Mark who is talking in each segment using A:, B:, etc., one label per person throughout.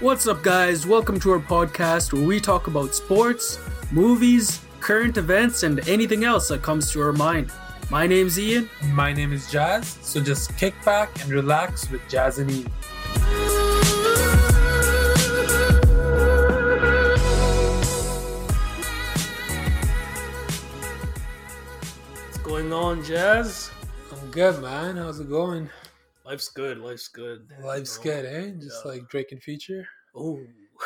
A: What's up, guys? Welcome to our podcast where we talk about sports, movies, current events, and anything else that comes to our mind. My name's Ian.
B: My name is Jazz, so just kick back and relax with Jazz and Ian.
C: What's going on, Jazz?
B: I'm good, man. How's it going?
C: Life's good. Life's good.
B: Life's
C: Oh,
B: good, eh? Just
C: yeah.
B: like Drake and Future.
C: Oh,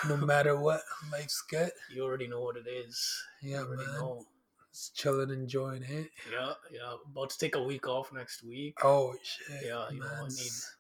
B: No matter what, life's good.
C: you already know what it is.
B: Yeah,
C: you already
B: man.
C: know.
B: Just chilling, enjoying it.
C: Yeah, yeah. About to take a week off next week.
B: Oh shit.
C: Yeah, you know, I
B: man's
C: need-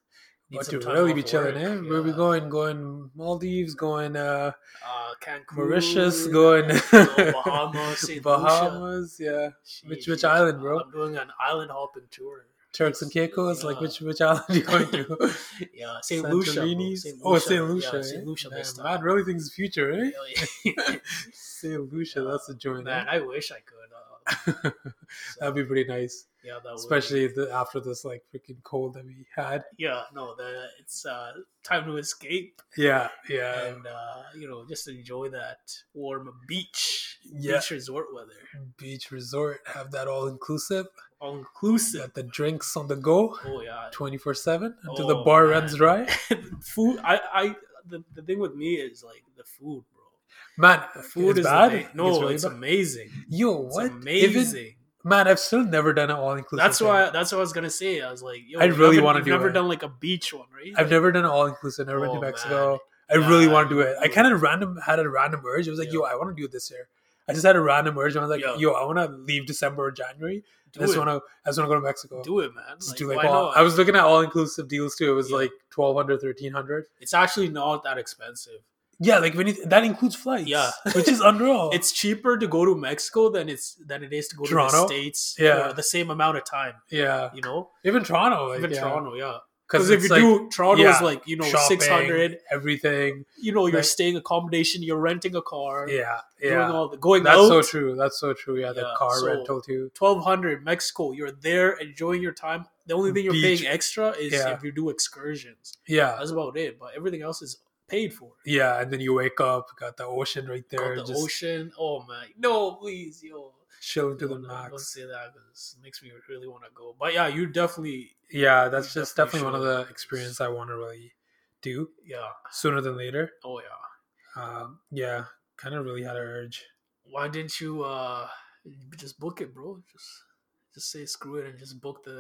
C: Need
B: About
C: some
B: to
C: time
B: really be
C: off
B: chilling,
C: work,
B: eh? Where we
C: yeah.
B: going? Going Maldives, going uh
C: Uh, Cancun, uh,
B: Mauritius, going
C: no, Bahamas, Saint Lucia.
B: Bahamas, yeah. Which- which island, bro?
C: I'm doing an island hopping tour.
B: Turks and Caicos, like
C: Yeah.
B: which which island you going to?
C: Yeah, Saint Lucia, bro.
B: Santorini's?
C: Saint Lucia.
B: Oh, Saint Lucia.
C: Yeah,
B: eh?
C: Saint Lucia
B: Man,
C: this time.
B: man really thinks future, eh?
C: Really?
B: Saint Lucia, that's a joint. eh?
C: Man, I wish I could. Uh,
B: That'd be pretty nice,
C: yeah, that would.
B: especially the, after this like freaking cold that we had.
C: yeah, no, the, it's uh, time to escape
B: Yeah, yeah,
C: and uh, you know just enjoy that warm beach,
B: yeah.
C: beach resort weather,
B: Beach resort have that all inclusive.
C: all inclusive.
B: Got the drinks on the go,
C: Oh yeah,
B: twenty four seven until the
C: Oh,
B: bar
C: man.
B: runs dry.
C: food. I, I, the, the thing with me is like the food, bro.
B: Man,
C: The food
B: it's
C: is
B: bad.
C: ama- no, it's,
B: really bad.
C: amazing.
B: Yo,
C: It's
B: what?
C: amazing.
B: Even, man, I've still never done an all inclusive.
C: that's why. That's what I was gonna say. I was like, Yo,
B: I
C: you
B: really
C: haven't-
B: wanna
C: you've
B: do
C: Never
B: it.
C: done like a beach one, right?
B: I've never done an all inclusive. Never
C: Oh,
B: been to
C: man.
B: Mexico. I really
C: Yeah,
B: want to do it. I
C: you-
B: kind of random had a random urge. I was like,
C: Yeah.
B: yo, I want to do it this year. I just had a random urge. I was like,
C: Yeah.
B: yo, I want to leave December or January.
C: do
B: I just
C: it.
B: want to. I just want to go to Mexico.
C: do it, man.
B: Just
C: Like,
B: do like
C: why
B: all,
C: not?
B: I was looking at all inclusive deals too. It was
C: Yeah.
B: like 1200 1300
C: it's actually not that expensive.
B: Yeah, like when you, that includes flights.
C: Yeah.
B: which is unreal.
C: It's cheaper to go to Mexico than it's than it is to go to
B: Toronto?
C: the states
B: Yeah.
C: for the same amount of time.
B: yeah,
C: You know,
B: even Toronto. Like,
C: even
B: yeah.
C: Toronto, yeah. Because if
B: it's
C: you
B: like
C: do, Toronto is
B: yeah,
C: like you know
B: shopping,
C: six hundred.
B: everything.
C: You know, you're
B: like-
C: staying accommodation, you're renting a car,
B: Yeah,
C: doing
B: yeah.
C: all the going
B: That's so
C: out.
B: true. That's so true. Yeah, the
C: Yeah,
B: car
C: so-
B: rental too.
C: Twelve hundred Mexico, you're there enjoying your time. The only thing you're
B: Beach.
C: paying extra is
B: Yeah.
C: if you do excursions.
B: Yeah,
C: That's about it. But everything else is paid for.
B: yeah. And then you wake up, got the ocean right there,
C: Got the
B: just
C: ocean. Oh man, no, please, yo.
B: chilling to the
C: Don't- Don't
B: max.
C: say that 'cause it makes me really want to go. But yeah, you definitely
B: Yeah, that's
C: You
B: just
C: definitely
B: definitely one of
C: should.
B: the experience I want to really do
C: yeah.
B: sooner than later.
C: Oh yeah.
B: Um, yeah, kind of really had an urge.
C: Why didn't you uh just book it, bro? Just just say screw it and just book the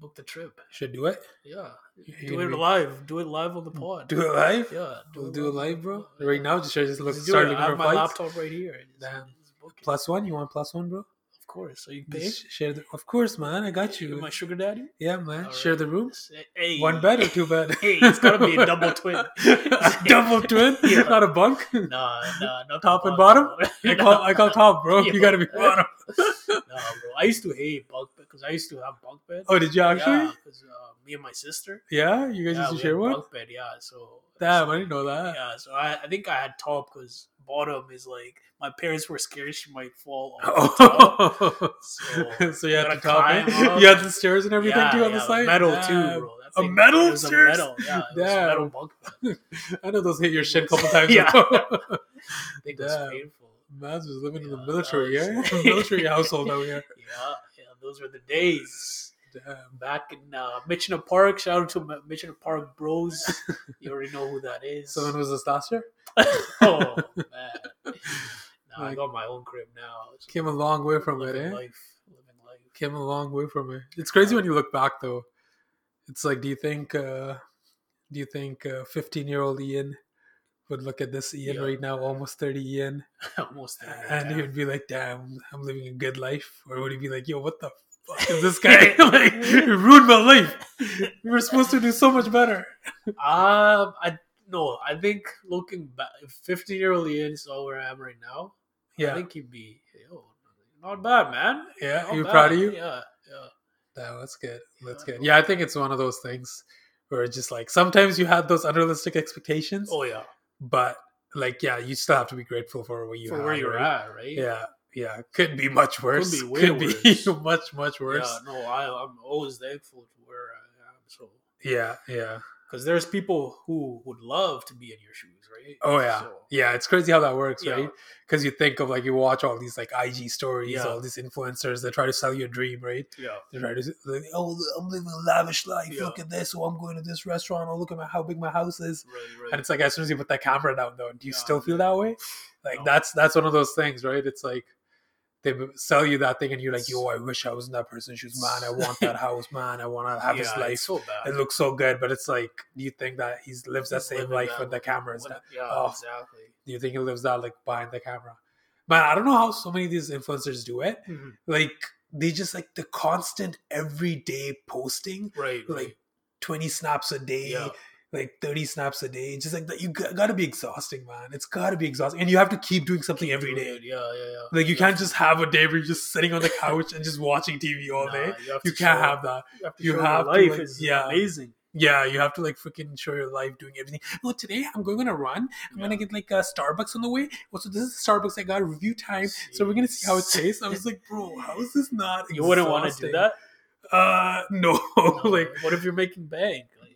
C: book the trip.
B: Should do it.
C: Yeah.
B: You
C: Do
B: gonna
C: it
B: be-
C: live. Do it live on the pod.
B: Do it live.
C: Yeah.
B: We'll do it live, bro.
C: Yeah.
B: Right now, just should I just look,
C: Just do
B: start
C: it.
B: looking
C: I
B: for
C: have my
B: flights.
C: laptop right here. and Just,
B: Damn.
C: just book it.
B: Plus one. You want plus one, bro?
C: of course. So you can pay.
B: Just sh- share the, of course, man. I got
C: You
B: you.
C: my sugar daddy?
B: Yeah, man.
C: All
B: Share
C: right.
B: the room.
C: Hey.
B: One bed or two bed?
C: Hey, it's gotta be a double twin.
B: double twin?
C: Yeah.
B: Not a bunk.
C: Nah, nah, not
B: Top and
C: No,
B: I call I call top, bro.
C: Yeah.
B: You gotta be bottom.
C: nah, bro. I used to hate bunk bed because I used to have bunk bed.
B: Oh, did you actually?
C: because uh, me and my sister.
B: Yeah, you guys used
C: yeah, we
B: to
C: had
B: share one.
C: Bunk bed, yeah. So
B: Damn,
C: so-
B: I didn't know that.
C: yeah. So I, I think I had top because bottom is like my parents were scared she might fall off the top.
B: Oh,
C: So
B: so you had
C: gotta
B: to top it.
C: climb up.
B: You had the stairs and everything
C: yeah,
B: too on
C: yeah,
B: the side.
C: metal
B: Damn.
C: too, bro. That
B: A
C: thing-
B: metal
C: it was a
B: stairs?
C: metal, yeah, it was a
B: Damn.
C: metal bunk bed.
B: I know those hit your shin a couple times.
C: Yeah.
B: ago.
C: I think it was
B: Damn.
C: painful.
B: Man's was living in
C: Yeah,
B: the
C: that
B: military, yeah,
C: was-
B: military household out here.
C: Yeah, yeah, those were the days.
B: Damn.
C: Back in uh, Mitchner Park, shout out to Mi- Mitchner Park Bros. You already know who that is.
B: So when was this last year?
C: oh man, nah, I
B: Like-
C: got my own crib now. It's
B: Came a long way from it,
C: living
B: eh?
C: life, living life.
B: Came a long way from it. It's crazy when you look back, though. It's like, do you think, uh, do you think uh, fifteen-year-old Ian would look at this Ian
C: Yeah. Uh,
B: right now, almost thirty Ian,
C: Almost there.
B: and he
C: yeah.
B: would be like, "Damn, I'm living a good life," or would he be like, "Yo, what the fuck is this guy? like, you ruined my life. We were supposed to do so much better."
C: Um, I no, I think looking back, fifteen year old Ian saw where I am right now. I
B: Yeah,
C: think he'd be yo, not bad, man.
B: yeah.
C: Not
B: You
C: bad.
B: proud of you?
C: Yeah, yeah.
B: No, that's good. That's
C: Yeah.
B: good. Yeah, I think it's one of those things where it's just like sometimes you have those unrealistic expectations,
C: Oh yeah,
B: but like, yeah, you still have to be grateful for where you
C: for
B: are,
C: where you're
B: right?
C: at, right?
B: Yeah, yeah. Could be much worse.
C: way
B: Could be,
C: worse.
B: much, much worse.
C: Yeah, no, I, I'm always thankful to where I am. So
B: Yeah, yeah.
C: because there's people who would love to be in your shoes, right?
B: Oh yeah,
C: So,
B: yeah. It's crazy how that works,
C: Yeah.
B: right? Because you think of like you watch all these like IG stories,
C: Yeah.
B: all these influencers that try to sell you a dream, right?
C: yeah.
B: They try to s- like, oh, I'm living a lavish life.
C: Yeah.
B: Look at this. Oh, I'm going to this restaurant. Oh, look at my, how big my house is.
C: Right,
B: And
C: right.
B: it's like as soon as you put that camera down, though, do you
C: Yeah.
B: still feel that way? Like
C: No.
B: that's that's one of those things, right? It's like they b- sell you that thing, and you're like, yo, I wish I was in that person's shoes, man. I want that house, man. I want to have his
C: Yeah,
B: life.
C: it's so bad.
B: It looks so good, but it's like, do you think that he's lives that
C: He's
B: same
C: living
B: life
C: that
B: when the
C: life.
B: camera is
C: What-
B: down?
C: Yeah,
B: Oh.
C: exactly.
B: Do you think he lives that like behind the camera? Man, I don't know how so many of these influencers do it.
C: Mm-hmm.
B: Like they just like the constant everyday posting,
C: Right, right.
B: like twenty snaps a day,
C: yeah,
B: like thirty snaps a day. Just like that, you got to be exhausting, man. It's got to be exhausting, and you have to keep doing something every
C: Dude,
B: day.
C: Yeah, yeah, yeah.
B: Like you can't just have a day where you're just sitting on the couch and just watching TV all
C: Nah,
B: day.
C: have
B: You
C: to
B: can't
C: show-
B: have that.
C: to
B: you
C: show your
B: have to,
C: life
B: like-
C: is
B: yeah.
C: amazing.
B: Yeah, you have to like freaking show your life doing everything. Oh, today I'm going on a run. I'm gonna
C: Yeah.
B: get like a Starbucks on the way. Also, this is the Starbucks I got review time, so we're gonna see how it tastes. I was like, bro, how is this not?
C: You wouldn't want to do
B: exhausting?
C: that.
B: Uh, no,
C: No,
B: like.
C: what if you're making bank? Like,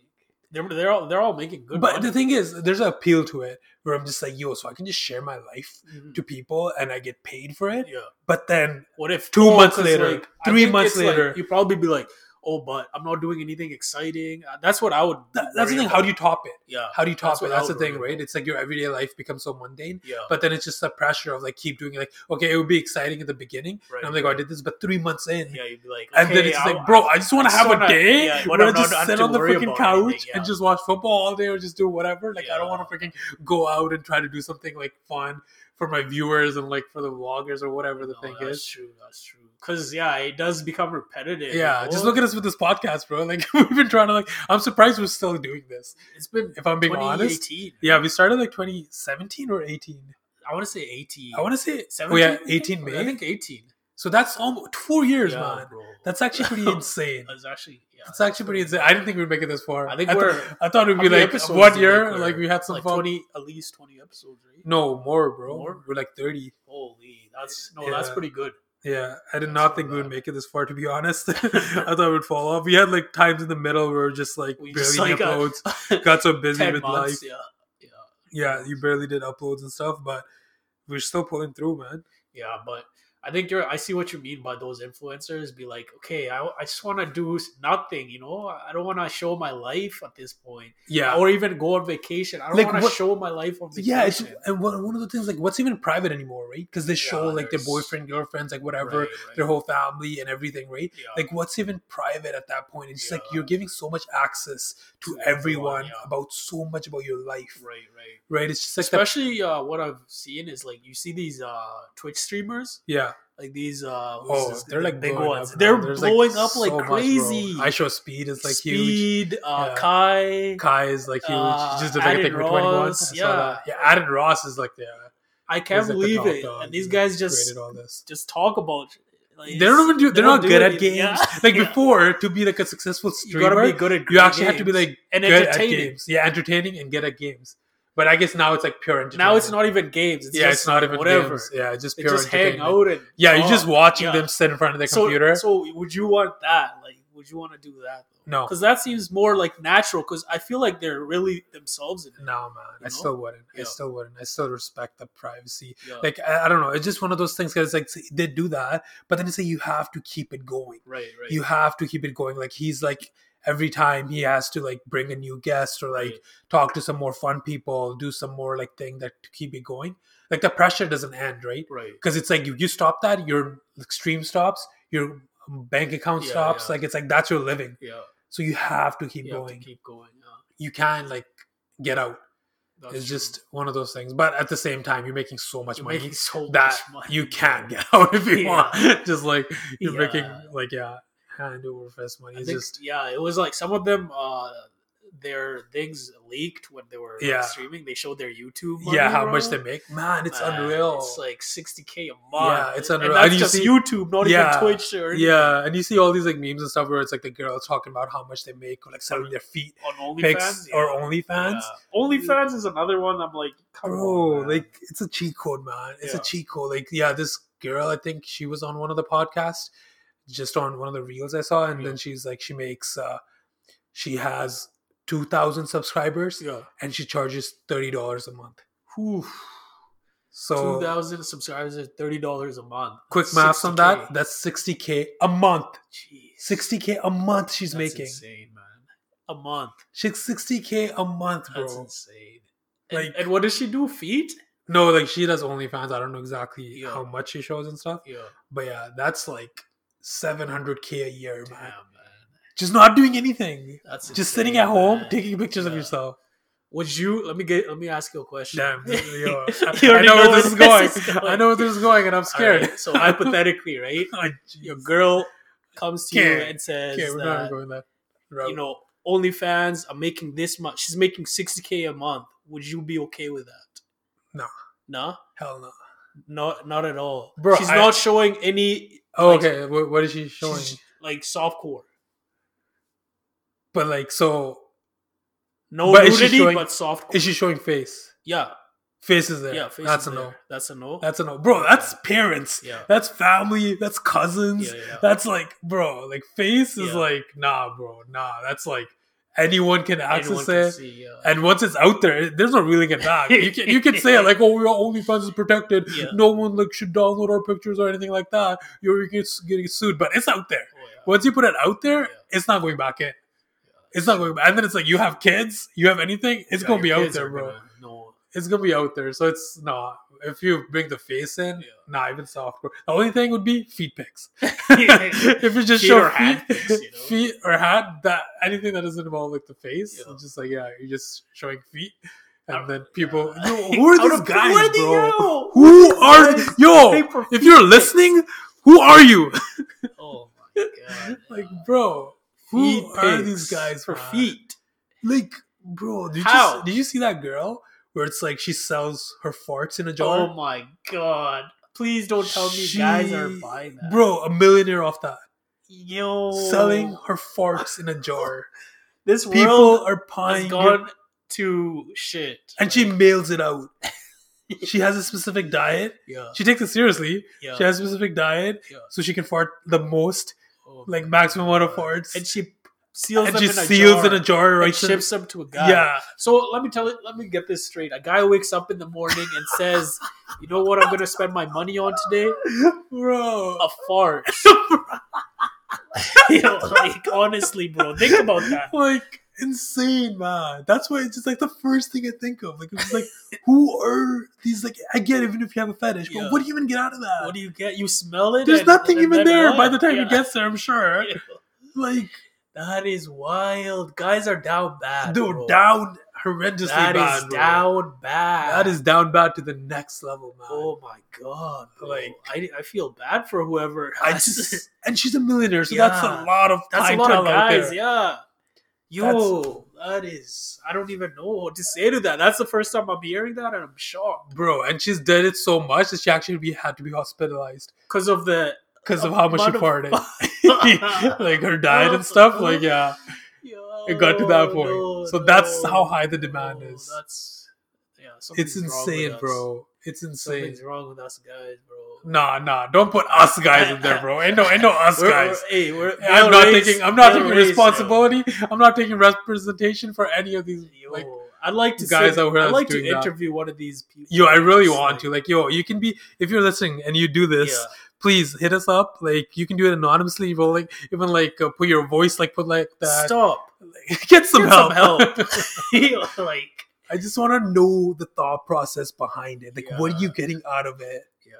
C: they're they're all they're all making good.
B: But
C: money.
B: the thing is, there's an appeal to it where I'm just like, yo, so I can just share my life
C: Mhm.
B: to people and I get paid for it.
C: yeah.
B: But then,
C: What if
B: Two months
C: 'cause,
B: later,
C: I
B: three
C: think
B: months
C: it's, like,
B: later.
C: you'd probably be like, "Oh, but I'm not doing anything exciting." Uh, That's what I would.
B: that, that's the
C: worry
B: thing. How
C: about.
B: do you top it?
C: Yeah,
B: How do you top
C: That's
B: it?
C: what I
B: That's the
C: would
B: thing,
C: worry
B: right?
C: about.
B: It's like your everyday life becomes so mundane.
C: yeah.
B: But then it's just the pressure of like keep doing it. Like, okay, it would be exciting at the beginning.
C: right.
B: And I'm like, oh, I did this, but three months in,
C: yeah, you'd be like,
B: And then
C: "Okay,
B: it's just
C: I'll-
B: like, bro, I just want
C: I
B: to
C: just
B: have a
C: wanna-
B: day
C: yeah,
B: where
C: when
B: I
C: I'm
B: just
C: not- not
B: sit
C: to
B: on the
C: worry
B: freaking
C: about
B: couch
C: anything, yeah.
B: and just watch football all day or just do whatever. Like, I don't
C: Yeah.
B: want to freaking go out and try to do something like fun for my viewers and like for the vloggers or whatever the
C: No,
B: thing
C: that's
B: is.
C: true. That's true. Because yeah, it does become repetitive. oh,
B: Yeah, just look at us with this podcast, bro. Like, we've been trying to like, I'm surprised we're still doing this.
C: It's been
B: If I'm being honest,
C: 2018.
B: yeah, we started like 2017 or 18.
C: I want to say 18.
B: I want to say, oh
C: 17.
B: yeah,
C: I think?
B: 18 May.
C: I think 18.
B: so that's almost four years,
C: yeah,
B: man.
C: bro.
B: That's actually pretty insane.
C: That's actually yeah.
B: That's actually pretty insane. I didn't think we'd make it this far.
C: I think
B: thought-
C: we're
B: I thought it'd
C: how
B: be
C: many
B: like
C: episodes
B: one
C: do you
B: year.
C: think we're-
B: like we had some
C: like
B: fun.
C: 20 at least 20 episodes, right?
B: No more, bro.
C: More?
B: We're like thirty.
C: Holy, that's no, that's
B: Yeah.
C: pretty good.
B: Yeah, I did
C: That's
B: not
C: not
B: think we would
C: bad.
B: make it this far. To be honest, I thought we'd fall off. We had like times in the middle where we're just like
C: We
B: barely
C: just
B: did
C: like uh,
B: uploads. Got so busy
C: 10
B: with
C: months,
B: life.
C: yeah. Yeah.
B: Yeah, you barely did uploads and stuff, but we're still pulling through, man.
C: Yeah, but I think you're. I see what you mean by those influencers. Be like, okay, I, I just want to do s- nothing. You know, I don't want to show my life at this point,
B: Yeah,
C: or even go on vacation. I don't
B: Like,
C: want to
B: what-
C: show my life on vacation.
B: yeah. It's and one one of the things like what's even private anymore, right? Because they show
C: Yeah,
B: like their
C: there's-
B: boyfriend, girlfriends, like whatever,
C: Right,
B: their
C: right.
B: whole family and everything, right?
C: Yeah.
B: like what's even private at that point it's just like
C: Yeah.
B: you're giving so much access to
C: To
B: everyone
C: everyone, yeah.
B: about so much about your life right,
C: right, right.
B: it's just like that,
C: Especially uh, what I've seen is like you see these uh, Twitch streamers,
B: yeah
C: like these. Uh, what's
B: oh
C: this-
B: they're like
C: big
B: blowing
C: ones.
B: up,
C: they're
B: bro. There's,
C: blowing up like
B: so much, bro.
C: crazy.
B: i show speed is like huge
C: Speed, uh,
B: Yeah.
C: Kai.
B: kai is like huge
C: Uh,
B: He just did like a
C: Aiden
B: thing for 21 I
C: Ross,
B: saw
C: yeah.
B: that. yeah Aiden ross is like yeah
C: I can't
B: he's, like, the
C: believe
B: top
C: it.
B: dog.
C: And these
B: He
C: guys
B: created
C: just
B: all this
C: just talk about. Like,
B: they don't even do
C: they
B: they're
C: don't
B: not
C: do
B: good at
C: anything.
B: games
C: Yeah.
B: like
C: Yeah.
B: before to be like a successful
C: you gotta
B: streamer
C: be good at
B: you
C: great
B: actually have to be
C: games.
B: like
C: and
B: good at
C: entertaining.
B: games. Yeah, entertaining and good at games. But I guess now it's like pure entertainment.
C: Now it's not even games. It's
B: yeah,
C: just
B: it's not even
C: whatever.
B: games. Yeah, it's just
C: They
B: pure
C: just hang
B: entertainment.
C: out and
B: Yeah, you're just
C: talk.
B: watching
C: Yeah.
B: them sit in front of their
C: so,
B: computer.
C: So would you want that? Like, would you want to do that?
B: no,
C: Because that seems more like natural. Because I feel like they're really themselves in it.
B: no, man.
C: You
B: I
C: know?
B: still wouldn't. I
C: Yeah.
B: still wouldn't. I still respect the privacy.
C: Yeah.
B: Like I, I don't know. It's just one of those things. Cause it's like they do that, but then it's like you have to keep it going.
C: right, right.
B: You have to keep it going. Like he's like every time he has to like bring a new guest or like
C: Right.
B: talk to some more fun people, do some more like thing that to keep it going. Like the pressure doesn't end, right?
C: right.
B: because it's like if you stop that, your stream stops, your bank account
C: Yeah,
B: stops.
C: yeah.
B: Like it's like that's your living,
C: Yeah,
B: so you have to keep
C: you have to
B: going.
C: keep going. Yeah,
B: you can't like get out.
C: that's
B: it's
C: true.
B: just one of those things. But at the same time, you're making so much
C: you're
B: money
C: making so
B: that
C: much money.
B: you can't get out if you
C: Yeah.
B: want. just like you're making
C: Yeah.
B: like yeah, hand over fist money.
C: I
B: It's
C: think,
B: just
C: yeah, it was like some of them, uh, their things leaked when they were like,
B: Yeah.
C: streaming. They showed their YouTube.
B: yeah,
C: money,
B: how much
C: bro.
B: they make, man. It's
C: Man,
B: unreal.
C: It's like sixty k a month.
B: Yeah, it's unreal.
C: And that's
B: And you
C: just
B: see-
C: YouTube, not
B: Yeah.
C: even Twitch or anything
B: yeah, and you see all these like memes and stuff where it's like the girls talking about how much they make, or like selling their feet
C: on OnlyFans
B: pics or OnlyFans.
C: Yeah. OnlyFans is another one. I'm like, come
B: bro
C: on, man.
B: Oh, like it's a cheat code man it's
C: Yeah.
B: a cheat code like yeah this girl i think she was on one of the podcasts just on one of the reels i saw and
C: Yeah.
B: then she's like she makes uh she has 2,000 subscribers
C: Yeah.
B: and she charges $30 a month.
C: Whew.
B: So
C: 2,000 subscribers at $30 a month.
B: quick math on that,
C: 60K.
B: that's 60K a month.
C: Jeez.
B: 60K a month she's
C: That's
B: making.
C: insane, man. A month.
B: She's 60K a month, bro.
C: That's insane. And,
B: Like-
C: and what does she do? Feet?
B: No, like she does OnlyFans. I don't know exactly
C: Yeah.
B: how much she shows and stuff.
C: Yeah.
B: But yeah, that's like 700K a year,
C: Damn, man.
B: man. Just not doing anything.
C: That's
B: Just
C: insane,
B: sitting at home,
C: man.
B: taking pictures of
C: Yeah.
B: yourself.
C: Would you let me get let me ask you a question?
B: Damn, yo,
C: You
B: I
C: already
B: know where this is going. I
C: going.
B: know where this is going, and I'm
C: All right,
B: scared. Oh,
C: so hypothetically, right? Your girl comes to you
B: Scared.
C: and says
B: Okay, we're not
C: that,
B: going that route.
C: you know, OnlyFans, I'm making this much. She's making 60k a month. Would you be okay with that?
B: No.
C: No?
B: Hell no.
C: Not not at all.
B: Bro,
C: she's
B: I-
C: not showing any
B: Oh,
C: Like-
B: okay, what, what is she showing?
C: she's, like softcore.
B: But like, so
C: No
B: But is she
C: nudity,
B: showing-
C: but softcore.
B: is she showing face?
C: yeah.
B: Face is there.
C: Yeah, face
B: That's
C: is
B: a no.
C: there. That's a no.
B: That's a no, bro. That's parents.
C: Yeah.
B: That's family. That's cousins.
C: Yeah, yeah.
B: That's like, bro. Like face is
C: Yeah.
B: like, nah, bro, nah. That's like anyone can access
C: Anyone
B: it.
C: can see, uh, yeah.
B: And once it's out there, it- there's no reeling it back. You can you can say it like, "Oh, your OnlyFans is protected.
C: Yeah.
B: No one like should download our pictures or anything like that. You're getting getting sued." But it's out there.
C: Oh, yeah.
B: Once you put it out there,
C: Yeah.
B: it's not going back in. It's not going back. And then it's like you have kids, you have anything. It's
C: Yeah,
B: gonna be
C: your
B: out
C: kids
B: there,
C: are
B: bro.
C: gonna know.
B: It's gonna be out there. So it's nah. If you bring the face in,
C: Yeah.
B: nah, even software. The only thing would be feet pics.
C: Yeah.
B: if you just
C: Feet
B: show
C: or
B: feet,
C: hand pics, you know?
B: feet or hat, that anything that doesn't involve like the face,
C: Yeah.
B: it's just like yeah, you're just showing feet, and
C: Uh,
B: then people, yo, who are
C: Out
B: these
C: of-
B: guys,
C: where do
B: bro?
C: you go?
B: Who are
C: guys pay for
B: yo? If you're listening, who are you?
C: Oh my god!
B: like, bro, who
C: Feet
B: are
C: pics
B: these guys
C: for
B: man?
C: Oh feet?
B: Like, bro, did
C: How?
B: you did you see that girl where it's like she sells her farts in a jar?
C: Oh my god! Please don't tell me guys are
B: She-
C: buying that,
B: Bro, a millionaire off that.
C: Yo,
B: Selling her farts in a jar.
C: this
B: People
C: world
B: are
C: has
B: paying
C: gone to shit.
B: and she
C: Like,
B: mails it out. she has a specific diet.
C: yeah,
B: She takes it seriously.
C: yeah,
B: She has a specific diet,
C: Yeah.
B: so she can fart the most,
C: oh my
B: like maximum amount of
C: God.
B: farts.
C: and
B: And,
C: she seals them
B: she
C: in a
B: seals
C: jar
B: in a jar,
C: and
B: right?
C: ships them to a guy.
B: yeah,
C: So let me tell you, let me get this straight. A guy wakes up in the morning and says, "You know what? I'm going to spend my money on today."
B: bro.
C: a fart. you know, like honestly, bro, think about that.
B: Like insane, man. That's why it's just like the first thing I think of. Like it's like, who are these? Like I get even if you have a fetish,
C: Yeah.
B: but what do you even get out of that?
C: What do you get? You smell it.
B: There's
C: and-
B: nothing
C: and
B: even
C: then
B: there
C: what?
B: by the time
C: Yeah.
B: it gets there. I'm sure. Like,
C: That is wild. Guys are down bad.
B: dude,
C: bro.
B: down horrendously
C: That
B: bad.
C: is
B: bro.
C: down bad.
B: That is down bad to the next level, man.
C: Oh my god! bro.
B: Like-
C: I, I feel bad for whoever.
B: I
C: has-
B: just and she's a millionaire, so that's a
C: Yeah.
B: lot of
C: that's a lot
B: clientele
C: of
B: out
C: guys.
B: there.
C: Yeah. Yo, that is. I don't even know what to say to that. That's the first time I'm hearing that, and I'm shocked
B: bro. And she's done it so much that she actually be, had to be hospitalized
C: because of the.
B: because of how much she
C: Mother-
B: farted, like her diet and stuff. Like yeah, it got to that point.
C: Yo,
B: so that's
C: no,
B: how high the demand
C: no,
B: is.
C: That's yeah,
B: It's
C: something's wrong with
B: insane,
C: us.
B: bro. It's insane.
C: Something's wrong with us guys, bro.
B: Nah, nah. Don't put us guys in there, bro. Ain't no, ain't no us
C: We're-
B: guys.
C: we're- hey, we're
B: I'm
C: male
B: not
C: race-
B: taking. I'm not
C: male
B: taking
C: race,
B: responsibility. I'm not taking representation for any of these.
C: yo. Yo,
B: Like,
C: I'd like to
B: guys
C: sit-
B: out here
C: I'd
B: that's
C: like to
B: doing that.
C: interview one of these people.
B: yo, I really
C: Just
B: want
C: like-
B: to. Like, yo, you can be if you're listening and you do this.
C: Yeah,
B: please hit us up. Like you can do it anonymously. Even like even like uh, put your voice like put like that.
C: stop.
B: Get some
C: Get
B: help.
C: Yo, like,
B: I just want to know the thought process behind it. Like what
C: Yeah.
B: are you getting out of it?
C: yeah,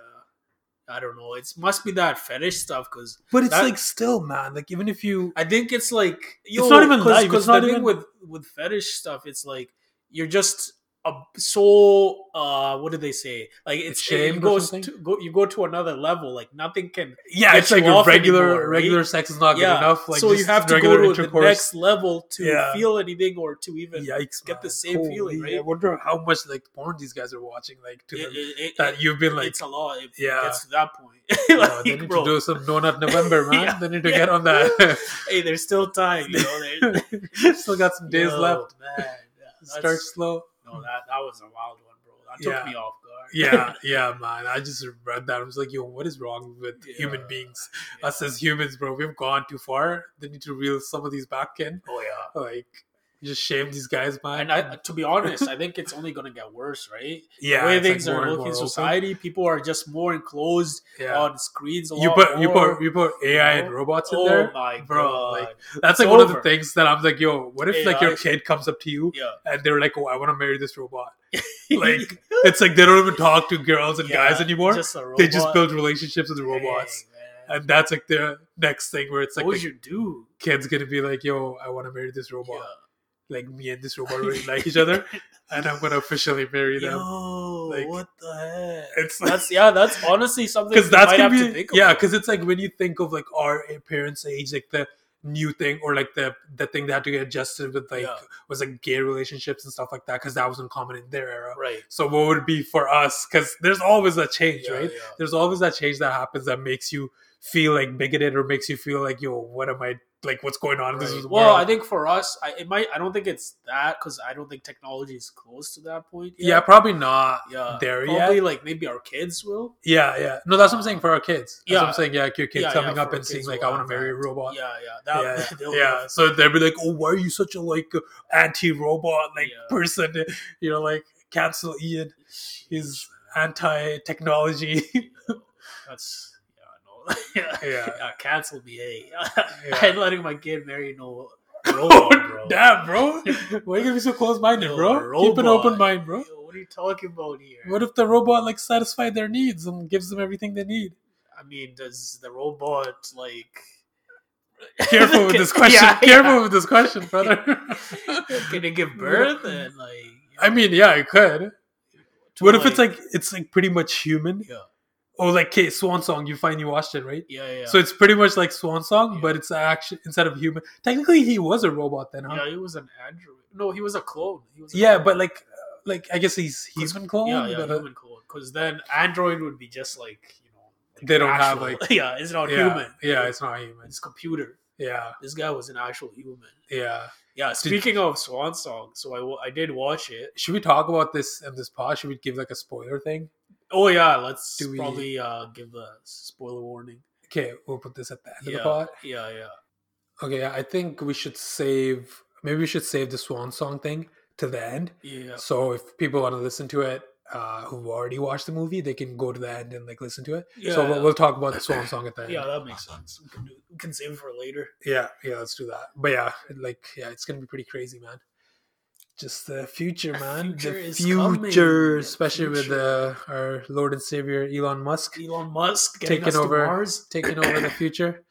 C: I don't know. It must be that fetish stuff because
B: But it's
C: That-
B: like still, man. Like even if you
C: I think it's like yo,
B: not even live,
C: because
B: it's not
C: the thing
B: even-
C: with with fetish stuff. It's like you're just a, so uh, what do they say? Like it's
B: Ashamed
C: it
B: or
C: goes
B: something?
C: to, go you go to another level. Like nothing can
B: yeah,
C: Get
B: it's like
C: you
B: your
C: off
B: regular
C: anymore, right?
B: regular sex is not
C: yeah.
B: good enough. Like
C: so you
B: just
C: have to
B: regular
C: go to the
B: intercourse.
C: next level to
B: Yeah.
C: feel anything or to even
B: Yikes,
C: get the
B: man.
C: same feeling, right?
B: I wonder how much like porn these guys are watching. Like to
C: it-
B: them,
C: it- it-
B: that you've been like,
C: it's a lot. If
B: yeah.
C: it gets to that point.
B: "Yo,
C: like,
B: they need
C: bro,
B: to do some donut November, man.
C: Yeah.
B: They need to get on that.
C: hey, there's still time. You know, there's
B: Still got some days
C: Yo,
B: left.
C: Man, yeah,
B: Start
C: that's-
B: slow.
C: No, that that was a wild one, bro. That took
B: Yeah.
C: me off guard.
B: yeah, yeah, man. I just read that. I was like, yo, what is wrong with human
C: Yeah.
B: beings?
C: Yeah.
B: Us as humans, bro, we've gone too far. They need to reel some of these back in.
C: oh yeah.
B: Like, You just shave these guys' mind.
C: And I, to be honest, I think it's only going to get worse, right?
B: yeah,
C: the way
B: it's, like,
C: things
B: more
C: are
B: and
C: looking
B: more
C: in
B: open.
C: society, people are just more enclosed
B: Yeah.
C: on screens. A
B: you
C: lot
B: put you
C: more.
B: put you put AI and
C: know?
B: robots in
C: oh
B: there.
C: my
B: bro,
C: god!
B: like, That's like
C: It's
B: one of
C: over.
B: the things that I'm like, yo, what if like your
C: AI.
B: kid comes up to you
C: yeah,
B: and they're like, oh, I want to marry this robot. Like it's like they don't even talk to girls and
C: Yeah,
B: guys anymore.
C: just a
B: They just
C: robot.
B: build relationships with robots,
C: Dang, man.
B: and that's like their next thing where it's like
C: what
B: the
C: would you do?
B: kid's gonna be like, yo, I want to marry this
C: Yeah.
B: robot. Like me and this robot really like each other, and I'm gonna officially marry them.
C: Yo,
B: like-
C: what the heck?
B: It's like
C: That's yeah. That's honestly something
B: because
C: you
B: that's
C: might
B: gonna
C: have
B: be
C: to think
B: yeah.
C: about.
B: Because it's like when you think of like our eh, parents' age, like the new thing or like the the thing they had to get adjusted with like
C: Yeah.
B: was like gay relationships and stuff like that because that wasn't common in their era.
C: right.
B: So what would it be for us? Because there's always a change,
C: Yeah,
B: right?
C: yeah.
B: There's always that change that happens that makes you feel like bigoted or makes you feel like yo, what am I like? What's going on? in This
C: Right.
B: is
C: well, I think for us, I it might. I don't think it's that because I don't think technology is close to that point.
B: yeah, probably not.
C: yeah.
B: there yet.
C: Probably like maybe our kids will.
B: Yeah, yeah. No, that's what I'm saying for our kids. That's what
C: Yeah.
B: I'm saying. Yeah, like your kids
C: Yeah,
B: coming
C: yeah,
B: up
C: for
B: and
C: our
B: seeing
C: kids
B: like
C: will
B: I want
C: have
B: to marry a
C: that.
B: robot.
C: Yeah, yeah. That,
B: yeah,
C: they'll-
B: yeah. So they'd be like, "Oh, why are you such a like anti-robot like
C: Yeah.
B: person? You know, like cancel Ian. He's anti-technology."
C: That's yeah. No. yeah.
B: yeah.
C: yeah. Cancel me, hey.
B: Yeah.
C: I'm letting my kid marry no
B: Oh,
C: robot, bro.
B: damn, bro! Why you gonna be so close-minded,
C: Yo,
B: bro? Keep an
C: robot.
B: open mind, bro.
C: Yo, what are you talking about here?
B: What if the robot like satisfied their needs and gives them everything they need?
C: I mean, does the robot like?
B: Careful with this question.
C: Yeah,
B: Careful
C: yeah.
B: with this question, brother.
C: Can it give birth and like? you
B: I
C: know,
B: mean, yeah, it could.
C: to,
B: What if it's like it's like pretty much human?
C: Yeah.
B: Or like okay, Swan Song, you finally watched it, right?
C: Yeah, yeah.
B: So it's pretty much like Swan Song,
C: Yeah.
B: but it's actually instead of human. Technically, he was a robot then, huh?
C: yeah, he was an android. No, he was a clone. He was a
B: Yeah,
C: clone.
B: but like, uh, like I guess he's he's been cloned.
C: yeah, yeah,
B: but, uh,
C: human clone. Because then android would be just like you know. like
B: They don't have,
C: actual-
B: like-
C: yeah, it's not
B: yeah,
C: human.
B: Yeah, it's not human.
C: it's computer.
B: Yeah,
C: This guy was an actual human.
B: yeah.
C: Yeah. Speaking of Swan Song, so I wa- I did watch it.
B: Should we talk about this in this pod? Should we give like a spoiler thing?
C: Oh yeah, let's
B: Do we-
C: probably uh, give a spoiler warning.
B: Okay, we'll put this at the end of
C: Yeah,
B: the pod.
C: yeah, yeah.
B: Okay, I think we should save. Maybe we should save the Swan Song thing to the end.
C: Yeah.
B: So if people want to listen to it uh, who've already watched the movie, they can go to the end and like listen to it.
C: Yeah.
B: so we'll, we'll talk about the Swan Song at the end.
C: yeah, that makes sense. We can, do, we can save it for later.
B: Yeah, yeah, let's do that. But yeah, like yeah, it's gonna be pretty crazy, man. Just the future, man.
C: future
B: the
C: is
B: future,
C: coming.
B: especially with uh, our Lord and Savior Elon Musk
C: Elon Musk getting
B: Taking
C: us
B: over.
C: to Mars.
B: taking over the future,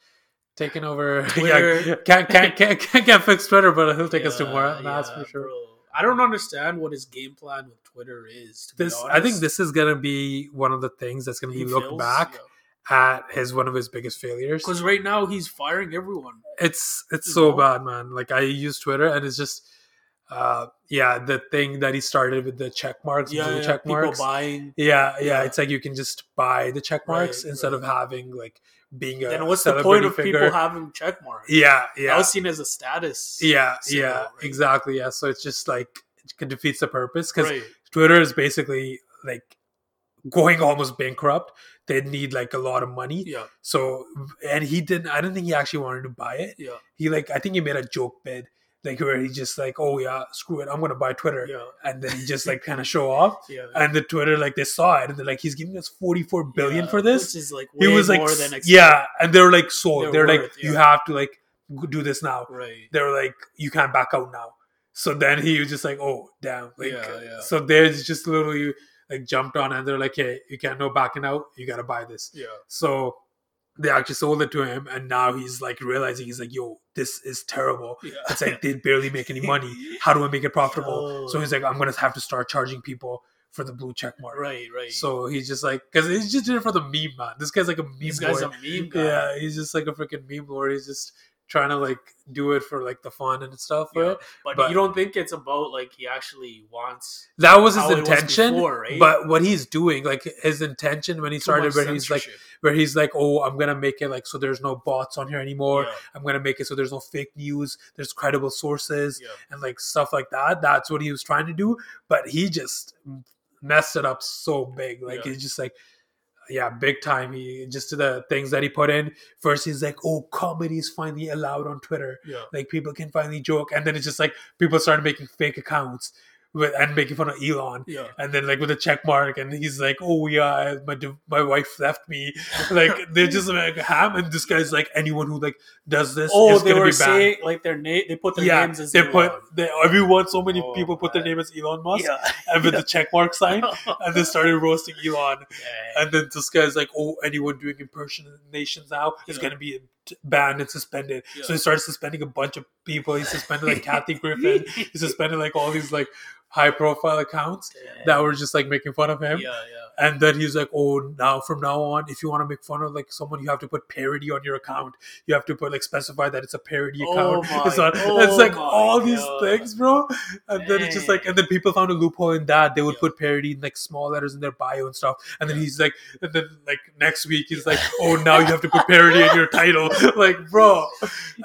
B: taking over. Yeah,
C: Twitter.
B: can't, can't can't can't can't fix Twitter, but he'll take us to
C: Yeah,
B: more. That's
C: yeah,
B: for sure.
C: bro. I don't understand what his game plan with Twitter is. To be
B: This I think
C: honest.
B: this is gonna be one of the things that's gonna be
C: He
B: looked
C: fails,
B: back at his one of his biggest failures.
C: Because right now he's firing everyone.
B: it's it's
C: You
B: so
C: know?
B: bad man like i use twitter and it's just uh yeah the thing that he started with the check marks
C: Yeah,
B: blue
C: yeah,
B: check
C: people
B: marks
C: buying.
B: yeah, yeah
C: Yeah.
B: it's like you can just buy the check marks
C: Right,
B: instead
C: right.
B: of having like being a
C: Then what's the point of
B: celebrity figure.
C: people having check marks?
B: yeah
C: That
B: yeah
C: was seen as a status.
B: yeah
C: symbol,
B: yeah
C: right?
B: exactly yeah so it's just like it defeats the purpose because
C: Right.
B: Twitter is basically like going almost bankrupt. They need like a lot of money.
C: Yeah.
B: So and he didn't I don't think he actually wanted to buy it.
C: Yeah.
B: He like I think he made a joke bid, like where he just like, Oh yeah, screw it, I'm gonna buy Twitter
C: Yeah.
B: and then just like kinda show off.
C: Yeah.
B: And the Twitter like they saw it and they're like, He's giving us forty four billion
C: Yeah,
B: for this.
C: Which is like
B: He
C: way
B: was like
C: more than expected.
B: Yeah. And they're like sold.
C: They're
B: They're, like,
C: worth,
B: You
C: yeah.
B: have to like go- do this now
C: Right.
B: they were like, you can't back out now. So then he was just like, oh, damn. Like,
C: Yeah, yeah.
B: So they just literally like jumped on and they're like, hey, you can't no backing out. You got to buy this.
C: Yeah.
B: So they actually sold it to him. And now he's like realizing, he's like, yo, this is terrible.
C: Yeah.
B: It's like they barely make any money. How do I make it profitable?
C: Oh.
B: So he's like, I'm going to have to start charging people for the blue check mark.
C: right, right.
B: So he's just like, because he just did it for the meme, man. This guy's like a meme
C: these
B: boy.
C: guys are meme guy.
B: Yeah, he's just like a freaking meme lord. He's just trying to like do it for like the fun and stuff.
C: Yeah.
B: Right?
C: But,
B: But-
C: you don't think it's about like he actually wants
B: That was his
C: How it was
B: intention.
C: before, right?
B: But what he's doing, like his intention when he
C: too
B: started,
C: much
B: where he's like,
C: censorship.
B: where he's like, oh, I'm gonna make it like so there's no bots on here anymore.
C: yeah,
B: I'm gonna make it so there's no fake news. There's credible sources
C: yeah.
B: and like stuff like that. That's what he was trying to do. But he just messed it up so big. Like
C: Yeah.
B: he's just like. yeah, big time. He just to the things that he put in. First, he's like, "Oh, comedy is finally allowed on Twitter.
C: Yeah.
B: Like people can finally joke." And then it's just like people started making fake accounts with, and making fun of Elon.
C: Yeah.
B: And then like with a check mark, and he's like, "Oh yeah, my div- my wife left me." Like they're just like ham, and this guy's like, "Anyone who like does this
C: Oh,
B: is
C: they
B: gonna
C: were
B: be banned."
C: saying like their name. They put their
B: yeah,
C: names as
B: they
C: Elon.
B: put they, everyone. So many
C: Oh,
B: people put their
C: man.
B: name as Elon Musk,
C: Yeah.
B: and with the check mark sign, and they started roasting Elon.
C: Yeah.
B: And then this guy's like, "Oh, anyone doing impersonations now is
C: Yeah.
B: going to be banned and suspended." So
C: Yeah.
B: he started suspending a bunch of people. He suspended like Kathy Griffin. He suspended like all these like high-profile accounts that were just like making fun of
C: yeah,
B: him.
C: yeah.
B: And then he's like, "Oh, now from now on, if you want to make fun of like someone, you have to put parody on your account. You have to put like specify that it's a parody
C: Oh
B: account.
C: my-
B: it's not.
C: oh
B: it's like
C: my
B: all these
C: God.
B: things, bro. And then it's just
C: Man.
B: like, and then people found a loophole in that. They would
C: Yeah.
B: put parody in like small letters in their bio and stuff. And then he's like, and then like next week he's like, "Oh, now you have to put parody in your title, like, bro."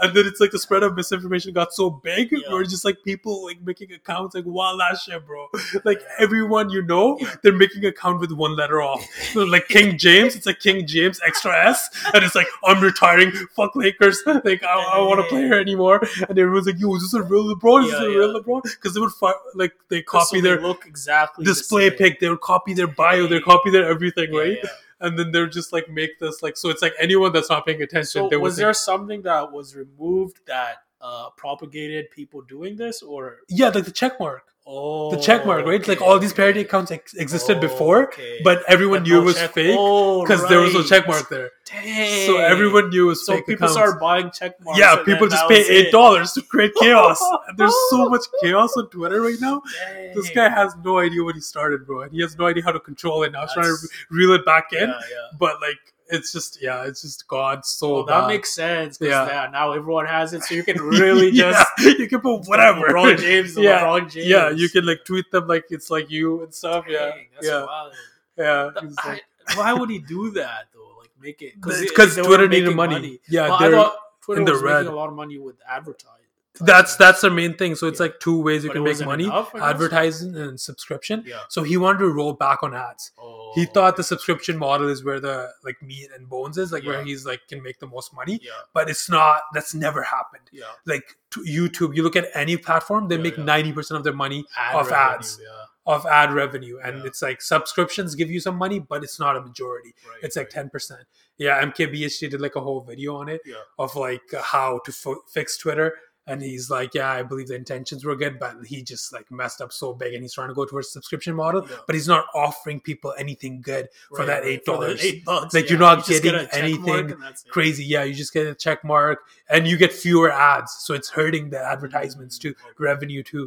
B: And then it's like the spread of misinformation got so big,
C: Yeah.
B: or just like people like making accounts like wild ass shit, bro. Like everyone you know,
C: Yeah.
B: they're making account with one letter off. So, like King James, it's like King James extra S, and it's like I'm retiring. Fuck Lakers. Like I, I don't want to play here anymore. And everyone's like, "Yo, is this a real LeBron? Is this
C: Yeah,
B: a real
C: yeah.
B: LeBron?" Because they would fi- like they
C: So
B: copy
C: they
B: their
C: look exactly the
B: display
C: same.
B: pic, they would copy their bio, they
C: Dang.
B: copy their everything,
C: Yeah,
B: right?
C: yeah.
B: And then they're just like make this like so. It's like anyone that's not paying attention,
C: So
B: they would
C: was
B: think-
C: there something that was removed that uh, propagated people doing this, or
B: yeah, like the check mark.
C: oh,
B: the check mark, right? Like all these parody accounts ex- existed before, but everyone knew it was fake because
C: because
B: there was no check mark there. So everyone knew it was
C: So
B: fake.
C: people
B: accounts.
C: started buying check marks.
B: yeah,
C: and
B: people
C: then
B: just
C: that
B: pay
C: was
B: eight
C: it.
B: dollars to create chaos. and there's so much chaos on Twitter right now.
C: Dang.
B: This guy has no idea what he started, bro, and he has no idea how to control it. Now he's trying to
C: That's-
B: re- reel it back
C: Yeah,
B: in,
C: yeah.
B: but like it's just yeah, it's just God so
C: Well, Oh, that
B: bad.
C: makes sense because
B: Yeah.
C: now everyone has it, so you can really just
B: yeah, you can put whatever.
C: LeBron James, the
B: Yeah,
C: LeBron James.
B: Yeah, you can like tweet them like it's like you and stuff. Yeah,
C: Dang, that's
B: yeah,
C: wild.
B: yeah.
C: Th-
B: It's like-
C: I- why would he do that though? Like make it it-
B: because
C: they were
B: Twitter needed
C: making
B: money. Yeah,
C: Well, I
B: they're-
C: thought Twitter
B: in the
C: was
B: red.
C: making a lot of money with advertising.
B: that's that's the main thing. So it's
C: Yeah.
B: like two ways you
C: But
B: can
C: it
B: make
C: wasn't
B: money:
C: enough, I guess?
B: advertising and subscription.
C: Yeah.
B: So he wanted to roll back on ads.
C: Oh,
B: He thought the subscription model is where the like meat and bones is, like where
C: Yeah.
B: he's like can make the most money.
C: Yeah,
B: But it's not. That's never happened.
C: yeah.
B: Like t- YouTube, you look at any platform, they
C: Yeah,
B: make
C: yeah.
B: ninety percent of their money
C: Ad
B: Of
C: revenue,
B: ads.
C: Yeah.
B: of ad revenue, and
C: Yeah.
B: it's like subscriptions give you some money, but it's not a majority.
C: Right,
B: It's like
C: right.
B: ten percent. Yeah, MKBHD did like a whole video on it
C: Yeah.
B: of like how to f- fix Twitter, and he's like, yeah, I believe the intentions were good, but he just like messed up so big, and he's trying to go towards subscription model,
C: Yeah.
B: but he's not offering people anything good for
C: Right,
B: that
C: right,
B: eight
C: for the
B: dollars.
C: eight bucks,
B: Like,
C: yeah.
B: you're not
C: You just get
B: getting
C: a check mark
B: anything
C: and that's it.
B: Crazy, yeah. You just get a check mark, and you get fewer ads, so it's hurting the advertisements too,
C: okay.
B: revenue too.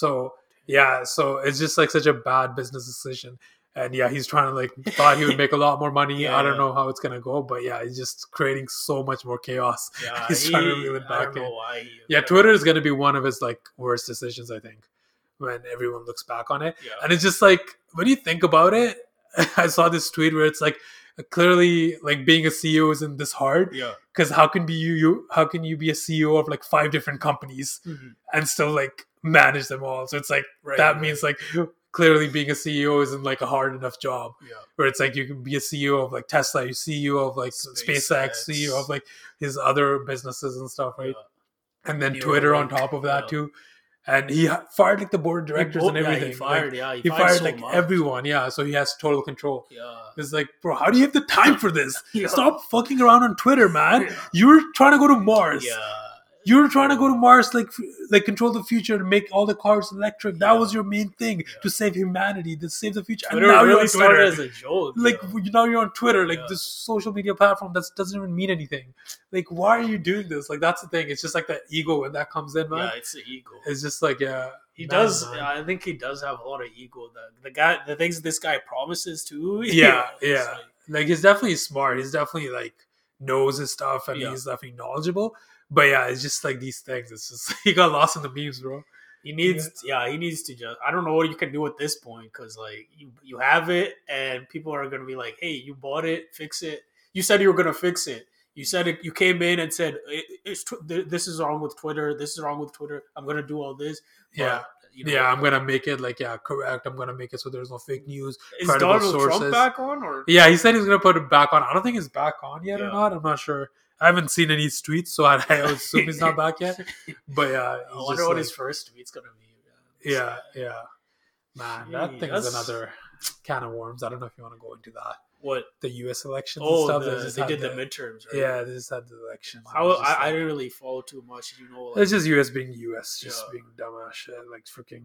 B: So yeah, so it's just like such a bad business decision. And yeah, he's trying to like thought he would make a lot more money.
C: Yeah,
B: I don't
C: yeah.
B: know how it's gonna go, but yeah, he's just creating so much more chaos.
C: Yeah,
B: He's
C: he,
B: trying to reel it
C: I
B: back
C: don't know
B: in.
C: why he-
B: Yeah,
C: whatever.
B: Twitter is gonna be one of his like worst decisions, I think, when everyone looks back on it.
C: Yeah.
B: And it's just like when you think about it, I saw this tweet where it's like clearly like being a CEO isn't this hard
C: yeah.
B: because how can be you, you how can you be a CEO of like five different companies
C: Mhm.
B: and still like manage them all? So it's like
C: Right,
B: that
C: right.
B: means like clearly being a CEO isn't like a hard enough job
C: Yeah.
B: where it's like you can be a CEO of like Tesla, you CEO of like SpaceX,
C: SpaceX.
B: CEO of like his other businesses and stuff, right? And then
C: Neuralink,
B: Twitter on top of that
C: yeah.
B: too. And he ha- fired like the board of
C: He
B: directors
C: bo-
B: and
C: yeah,
B: everything. Like,
C: he fired. yeah, he,
B: he
C: fired,
B: fired
C: so
B: like
C: much.
B: everyone, yeah. So he has total control.
C: Yeah.
B: It's like, bro, how do you have the time for this?
C: Yeah.
B: Stop fucking around on Twitter, man.
C: Yeah.
B: You were trying to go to Mars.
C: Yeah.
B: You were trying to go to Mars, like f- like control the future, to make all the cars electric. That
C: Yeah.
B: was your main thing
C: Yeah.
B: to save humanity, to save the future.
C: Twitter
B: and now you're
C: really
B: on
C: started
B: Twitter.
C: as a joke.
B: like
C: yeah.
B: you now you're on Twitter, like
C: Yeah.
B: this social media platform that doesn't even mean anything. Like, why are you doing this? Like, that's the thing. It's just like that ego when that comes in, man.
C: yeah, it's the ego.
B: It's just like, yeah,
C: He
B: man,
C: does.
B: man.
C: I think he does have a lot of ego. The, the guy, the things this guy promises too. you
B: Yeah,
C: know, it's
B: yeah.
C: like-
B: like he's definitely smart. He's definitely like knows his stuff, and
C: Yeah.
B: he's definitely knowledgeable. But yeah, it's just like these things. It's just he got lost in the memes, bro.
C: he needs. Yeah. he needs to just. I don't know what you can do at this point because like you, you have it, and people are gonna be like, "Hey, you bought it, fix it. You said you were gonna fix it. You said it, you came in and said it, it's tw- th- this is wrong with Twitter. This is wrong with Twitter. I'm gonna do all this. But
B: Yeah,
C: You know?
B: yeah, I'm gonna make it like yeah, correct. I'm gonna make it so there's no fake news.
C: is
B: credible
C: Donald
B: sources.
C: Trump back on or
B: Yeah, he said he's gonna put it back on. I don't think it's back on yet
C: Yeah.
B: or not. I'm not sure. I haven't seen any tweets, so I, I assume he's not back yet. But yeah,
C: I
B: he's
C: wonder
B: just like-
C: what his first tweet's gonna be.
B: yeah, yeah. Man,
C: Gee,
B: that thing's
C: that's-
B: another can of worms. I don't know if you want to go into that.
C: What?
B: The U.S. elections
C: Oh,
B: and stuff.
C: the-
B: just
C: they
B: had
C: did the, midterms. Right?
B: Yeah, they just had the elections. and
C: How,
B: it's just
C: I, I
B: like-
C: didn't really follow too much. You know, like,
B: It's just U.S. being U.S. Just
C: Yeah.
B: being dumbass shit. Like freaking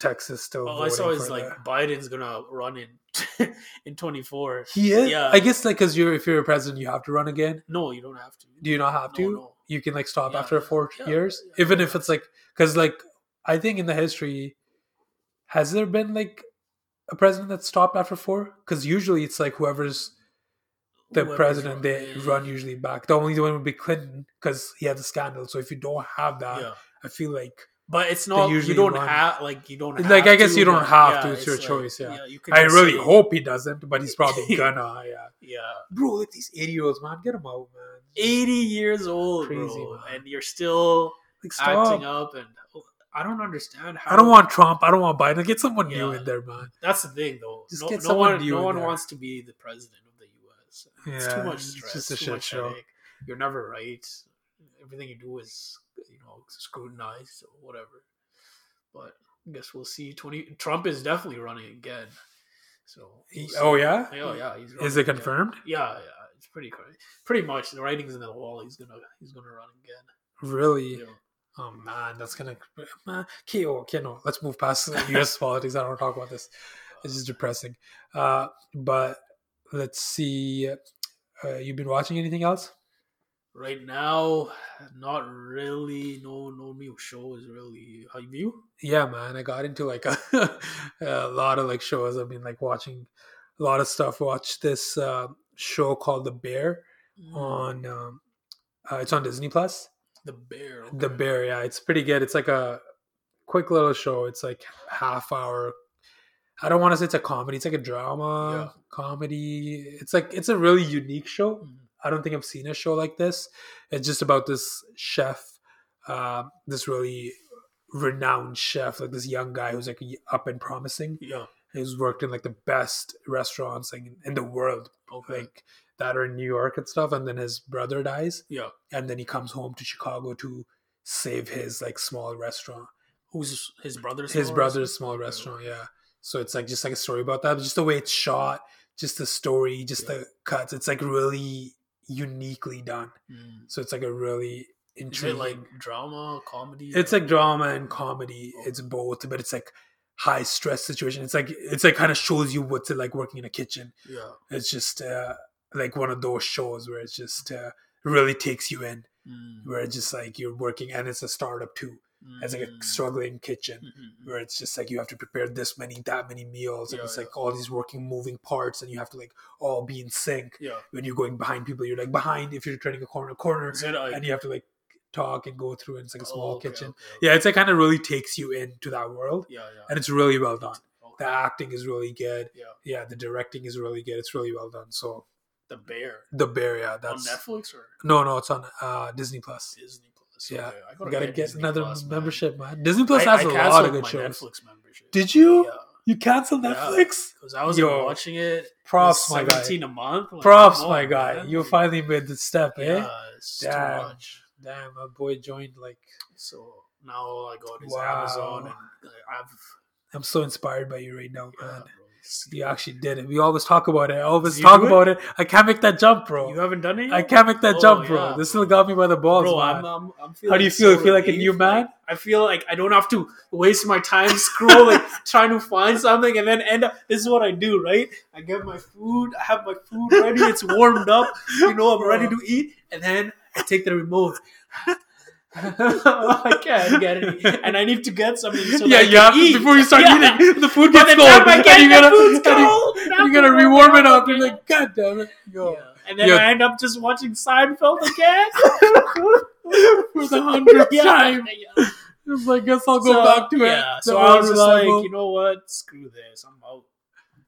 B: Texas still.
C: all oh, I saw
B: voting
C: is
B: for
C: like
B: the-
C: Biden's gonna run in in twenty four.
B: He is.
C: yeah.
B: I guess like because you're if you're a president, you have to run again.
C: No, you don't have to.
B: Do you not have
C: No,
B: to?
C: no.
B: You can like stop
C: Yeah,
B: after four
C: yeah,
B: years,
C: yeah.
B: even if it's like because like I think in the history, has there been like a president that stopped after four? Because usually it's like whoever's the
C: Whoever's
B: president,
C: run-
B: they
C: yeah.
B: run usually back. The only one would be Clinton because he had the scandal. So if you don't have that,
C: Yeah.
B: I feel like
C: But it's not. You
B: usually
C: don't
B: run-
C: have like you don't.
B: It's like, I guess you don't
C: but
B: have to, it's your
C: like-
B: choice, yeah.
C: you can
B: I
C: just
B: really
C: say-
B: hope he doesn't, but he's probably gonna. Yeah,
C: Yeah,
B: bro, look at these eighty year olds, man, get them out, man.
C: eighty years old,
B: Crazy,
C: bro,
B: man.
C: and you're still
B: Like,
C: acting
B: stop.
C: up. And I don't understand. How,
B: I don't want Trump. I don't want Biden. Get someone new
C: Yeah.
B: in there, man.
C: That's the thing, though.
B: Just
C: no,
B: get
C: no
B: someone
C: one,
B: new
C: no
B: in
C: one
B: there.
C: wants to be the president of the U.S. It's
B: Yeah,
C: too much
B: it's
C: stress.
B: just a
C: too
B: shit
C: much
B: show.
C: headache. You're never right. Everything you do is, you know, scrutinized or whatever. But I guess we'll see. Twenty Trump is definitely running again. So we'll see.
B: Oh yeah,
C: Oh, yeah, he's
B: Is
C: running
B: it
C: again.
B: confirmed?
C: Yeah, yeah, it's pretty crazy. Pretty much the writing's in the wall. He's gonna he's gonna run again.
B: Really?
C: You know.
B: Oh man, that's gonna. Man, okay, oh, okay, no. Let's move past the U.S. politics. I don't want to talk about this. It's just depressing. Uh, but let's see. Uh, you've been watching anything else?
C: Right now, not really. No, no new shows really. Have you?
B: yeah man i got into like a, a lot of like shows i've been like watching a lot of stuff watch this uh, show called the bear on um, uh, it's on disney plus
C: The bear.
B: the
C: okay.
B: bear yeah it's pretty good it's like a quick little show it's like half hour i don't want to say it's a comedy it's like a drama comedy it's like it's a really unique show
C: Mhm.
B: I don't think I've seen a show like this. It's just about this chef, uh, this really renowned chef, like this young guy who's like up and promising.
C: Yeah.
B: He's worked in like the best restaurants like, in the world,
C: Okay.
B: like that are in New York and stuff. And then his brother dies,
C: yeah.
B: and then he comes home to Chicago to save his like small restaurant,
C: Who's his brother's?
B: his
C: small
B: brother's
C: restaurant?
B: small
C: Okay.
B: restaurant. Yeah. So it's like just like a story about that. Just the way it's shot, just the story, just
C: Yeah.
B: the cuts. It's like really uniquely done.
C: Mm.
B: So it's like a really
C: Is it
B: intriguing.
C: like drama, comedy?
B: it's
C: or-
B: like drama and comedy.
C: Oh.
B: It's both, but it's like high stress situation. It's like it's like kind of shows you what's it like working in a kitchen.
C: yeah.
B: It's just uh, like one of those shows where it's just uh, really takes you in,
C: Mm.
B: where it's just like you're working and it's a startup too. It's like a
C: Mm.
B: struggling kitchen
C: Mhm.
B: where it's just like you have to prepare this many, that many meals, and
C: Yeah,
B: it's
C: yeah.
B: like all these working, moving parts, and you have to like all be in sync.
C: Yeah.
B: When you're going behind people, you're like behind. If you're turning a corner, corner,
C: Is it like
B: and you have to like talk and go through and it's like a small
C: oh, okay,
B: kitchen
C: okay, okay.
B: yeah it's like kind of really takes you into that world
C: Yeah. Yeah.
B: and it's really well done
C: Okay.
B: the acting is really good
C: Yeah.
B: yeah the directing is really good it's really well done so
C: The bear.
B: the bear yeah
C: On
B: that's
C: Netflix or
B: no no it's on uh disney plus
C: Disney Plus.
B: Yeah,
C: Okay, I
B: you gotta get,
C: Disney
B: another
C: Plus, man.
B: membership man. disney plus
C: I-
B: has
C: I
B: a lot
C: canceled
B: of good
C: my
B: shows
C: Netflix membership.
B: did you
C: Yeah,
B: you cancel
C: Yeah.
B: netflix
C: because I was
B: Yo.
C: watching it.
B: props my guy
C: seventeen a month. Like,
B: props
C: come on,
B: my guy
C: man.
B: you
C: Like,
B: finally made the step eh
C: Yeah, it's
B: Damn.
C: too much.
B: damn my boy joined like
C: So now all I got is
B: Wow.
C: Amazon, and I've
B: i'm so inspired by you right now
C: yeah,
B: man
C: bro, it's-
B: You actually did it. We always talk about it. I always
C: You
B: talk
C: do it?
B: about it. I can't make that jump,
C: You
B: bro.
C: haven't done it. Yet?
B: I can't make that
C: Oh,
B: jump, bro.
C: yeah,
B: this
C: bro.
B: still got me by the balls,
C: Bro,
B: man.
C: I'm, I'm, I'm feeling
B: How do you feel?
C: so
B: feel like a new
C: relieved.
B: man?
C: I feel like I don't have to waste my time scrolling, trying to find something, and then end up. This is what I do, right? I get my food. I have my food ready. It's warmed up. You know, I'm ready to eat, and then I take the remote. I can't get it, and I need to get something. So
B: yeah,
C: that I
B: you have
C: can eat.
B: to, before you start
C: Yeah.
B: eating, the food
C: By
B: gets
C: the
B: cold.
C: time I
B: and
C: get
B: you
C: the
B: gotta,
C: food's
B: and you-
C: cold.
B: You, gotta rewarm it up. You're like, God damn it. Yo.
C: Yeah. And then
B: Yeah.
C: I end up just watching Seinfeld again.
B: For the hundredth
C: Yeah,
B: time.
C: yeah.
B: It's like, guess I'll go back to it.
C: yeah,
B: The
C: So I was
B: more
C: just like,
B: reliable.
C: you know what? Screw this. I'm out.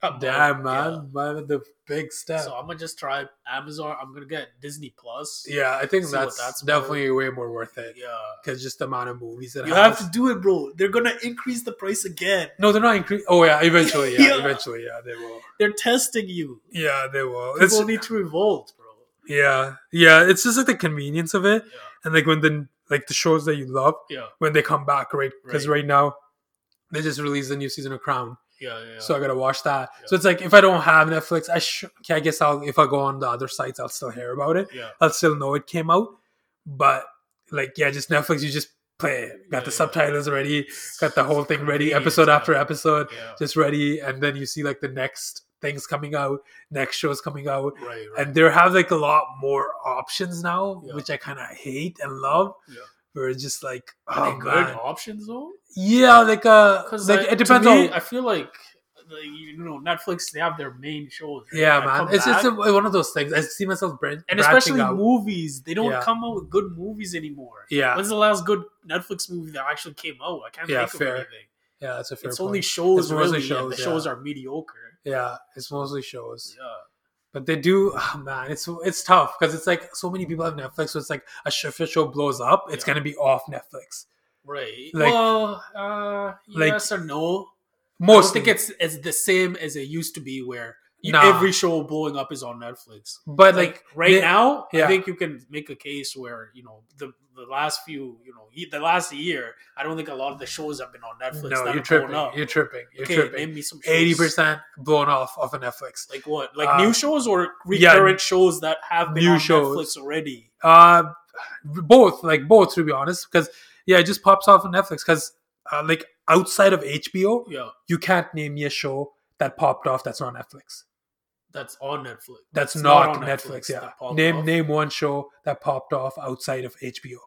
C: I'm
B: Damn,
C: like,
B: man.
C: yeah.
B: Man, the big step.
C: So I'm gonna just try Amazon. I'm gonna get Disney Plus.
B: yeah, I think
C: See what
B: that's,
C: that's about.
B: definitely way more worth it.
C: Yeah.
B: Because just the amount of movies that
C: You
B: I
C: have to do it, bro. They're gonna increase the price again.
B: No, they're not increasing. Oh, yeah, eventually. Yeah,
C: Yeah.
B: eventually. Yeah, they will.
C: They're testing you.
B: Yeah, they will. It's,
C: People need to revolt, bro.
B: yeah, yeah. It's just like the convenience of it.
C: Yeah,
B: And like when the like the shows that you love,
C: yeah,
B: when they come back, right? Because
C: Right.
B: right. now they just released the new season of Crown,
C: yeah, yeah.
B: so I gotta watch that. So
C: Yeah.
B: it's like if I don't have Netflix, I sh- okay, I guess I'll if I go on the other sites, I'll still hear about it.
C: yeah.
B: I'll still know it came out. But like yeah, just Netflix, you just play it. Got
C: Yeah, yeah.
B: the subtitles ready, got the whole thing ready,
C: Convenience,
B: episode
C: yeah.
B: after episode,
C: Yeah.
B: just ready, and then you see like the next things coming out, next shows coming out.
C: right, right.
B: And they have like a lot more options now,
C: Yeah.
B: which I kind of hate and love.
C: Yeah.
B: Where it's just like,
C: Are
B: oh,
C: they good
B: man.
C: options though?
B: Yeah, like uh,
C: Because
B: like it depends on.
C: I feel like, like you know Netflix they have their main shows. right?
B: yeah,
C: That
B: man,
C: come
B: it's it's
C: back.
B: a, one of those things. I see myself bran-
C: and
B: branching
C: especially
B: out.
C: movies. They don't
B: Yeah.
C: come out with good movies anymore.
B: Yeah,
C: When's the last good Netflix movie that actually came out? I can't
B: Yeah,
C: think
B: fair.
C: of anything.
B: yeah, that's a fair
C: it's
B: point.
C: only shows
B: It's mostly
C: really, and the
B: shows, yeah.
C: shows are mediocre.
B: yeah, it's mostly shows,
C: Yeah.
B: but they do. ah, man, it's it's tough because it's like so many people have Netflix. So it's like a sh- if a show blows up, it's
C: Yeah.
B: gonna be off Netflix.
C: Right.
B: Like-
C: well, uh,
B: like-
C: yes or no. I don't
B: Most
C: think it's, it's the same as it used to be, where you-
B: Nah.
C: every show blowing up is on Netflix.
B: but
C: Like,
B: like,
C: right
B: they-
C: now, I
B: yeah.
C: think you can make a case where you know the the last few, you know, ye- the last year, I don't think a lot of the shows have been on Netflix.
B: no, you're
C: that have blown
B: tripping.
C: up.
B: You're tripping. You're
C: okay,
B: tripping.
C: name me some shows.
B: Eighty percent blown off of a Netflix.
C: Like what? Like
B: Uh,
C: new shows or
B: yeah,
C: recurrent shows that have been
B: new
C: on
B: shows.
C: Netflix already?
B: Uh, both, like both, to be honest, because yeah, it just pops off on Netflix. Because uh, like outside of HBO,
C: Yeah,
B: you can't name me a show that popped off that's not Netflix.
C: that's on Netflix.
B: That's
C: It's
B: not,
C: on
B: Netflix.
C: that
B: Yeah,
C: popped
B: name
C: off.
B: name one show that popped off outside of HBO.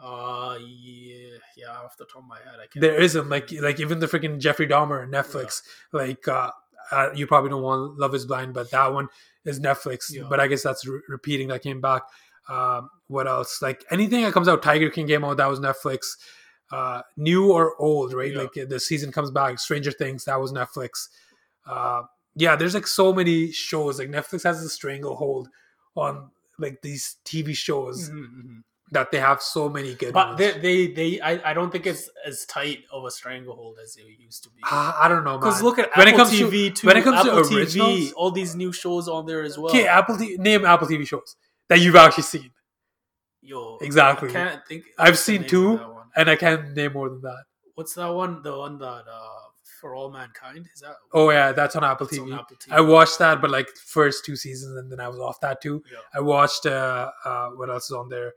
C: Uh, yeah, yeah. Off the top of my head, I can't.
B: There isn't like like even the freaking Jeffrey Dahmer on Netflix. Like uh, uh, you probably don't want Love Is Blind, but that one is Netflix.
C: Yeah.
B: But I guess that's re- repeating that came back. Um, what else? Like anything that comes out, Tiger King came out that was Netflix. Uh, new or old, right?
C: Yeah.
B: Like the season comes back. Stranger Things that was Netflix. Uh, yeah, there's like so many shows. Like Netflix has a stranglehold on like these TV shows
C: Mhm, mhm.
B: that they have so many good
C: But
B: ones.
C: they, they, they I, I don't think it's as tight of a stranglehold as it used to be.
B: Ah, I don't know, man.
C: Because look at
B: When it
C: Apple
B: comes to-
C: TV too.
B: when it comes to
C: Apple TV,
B: originals-
C: all these new shows on there as well.
B: Okay, Apple T- name Apple TV shows that you've actually seen,
C: Yo,
B: Exactly.
C: I can't think.
B: I've
C: what's the
B: seen
C: name of
B: two.
C: that one?
B: and I can't name more than that.
C: What's that one? The one that uh, for all mankind is that?
B: Oh yeah, that's on Apple
C: it's
B: TV.
C: on Apple TV.
B: I watched that, but like first two seasons, and then I was off that too.
C: Yeah.
B: I watched uh, uh, what else is on there?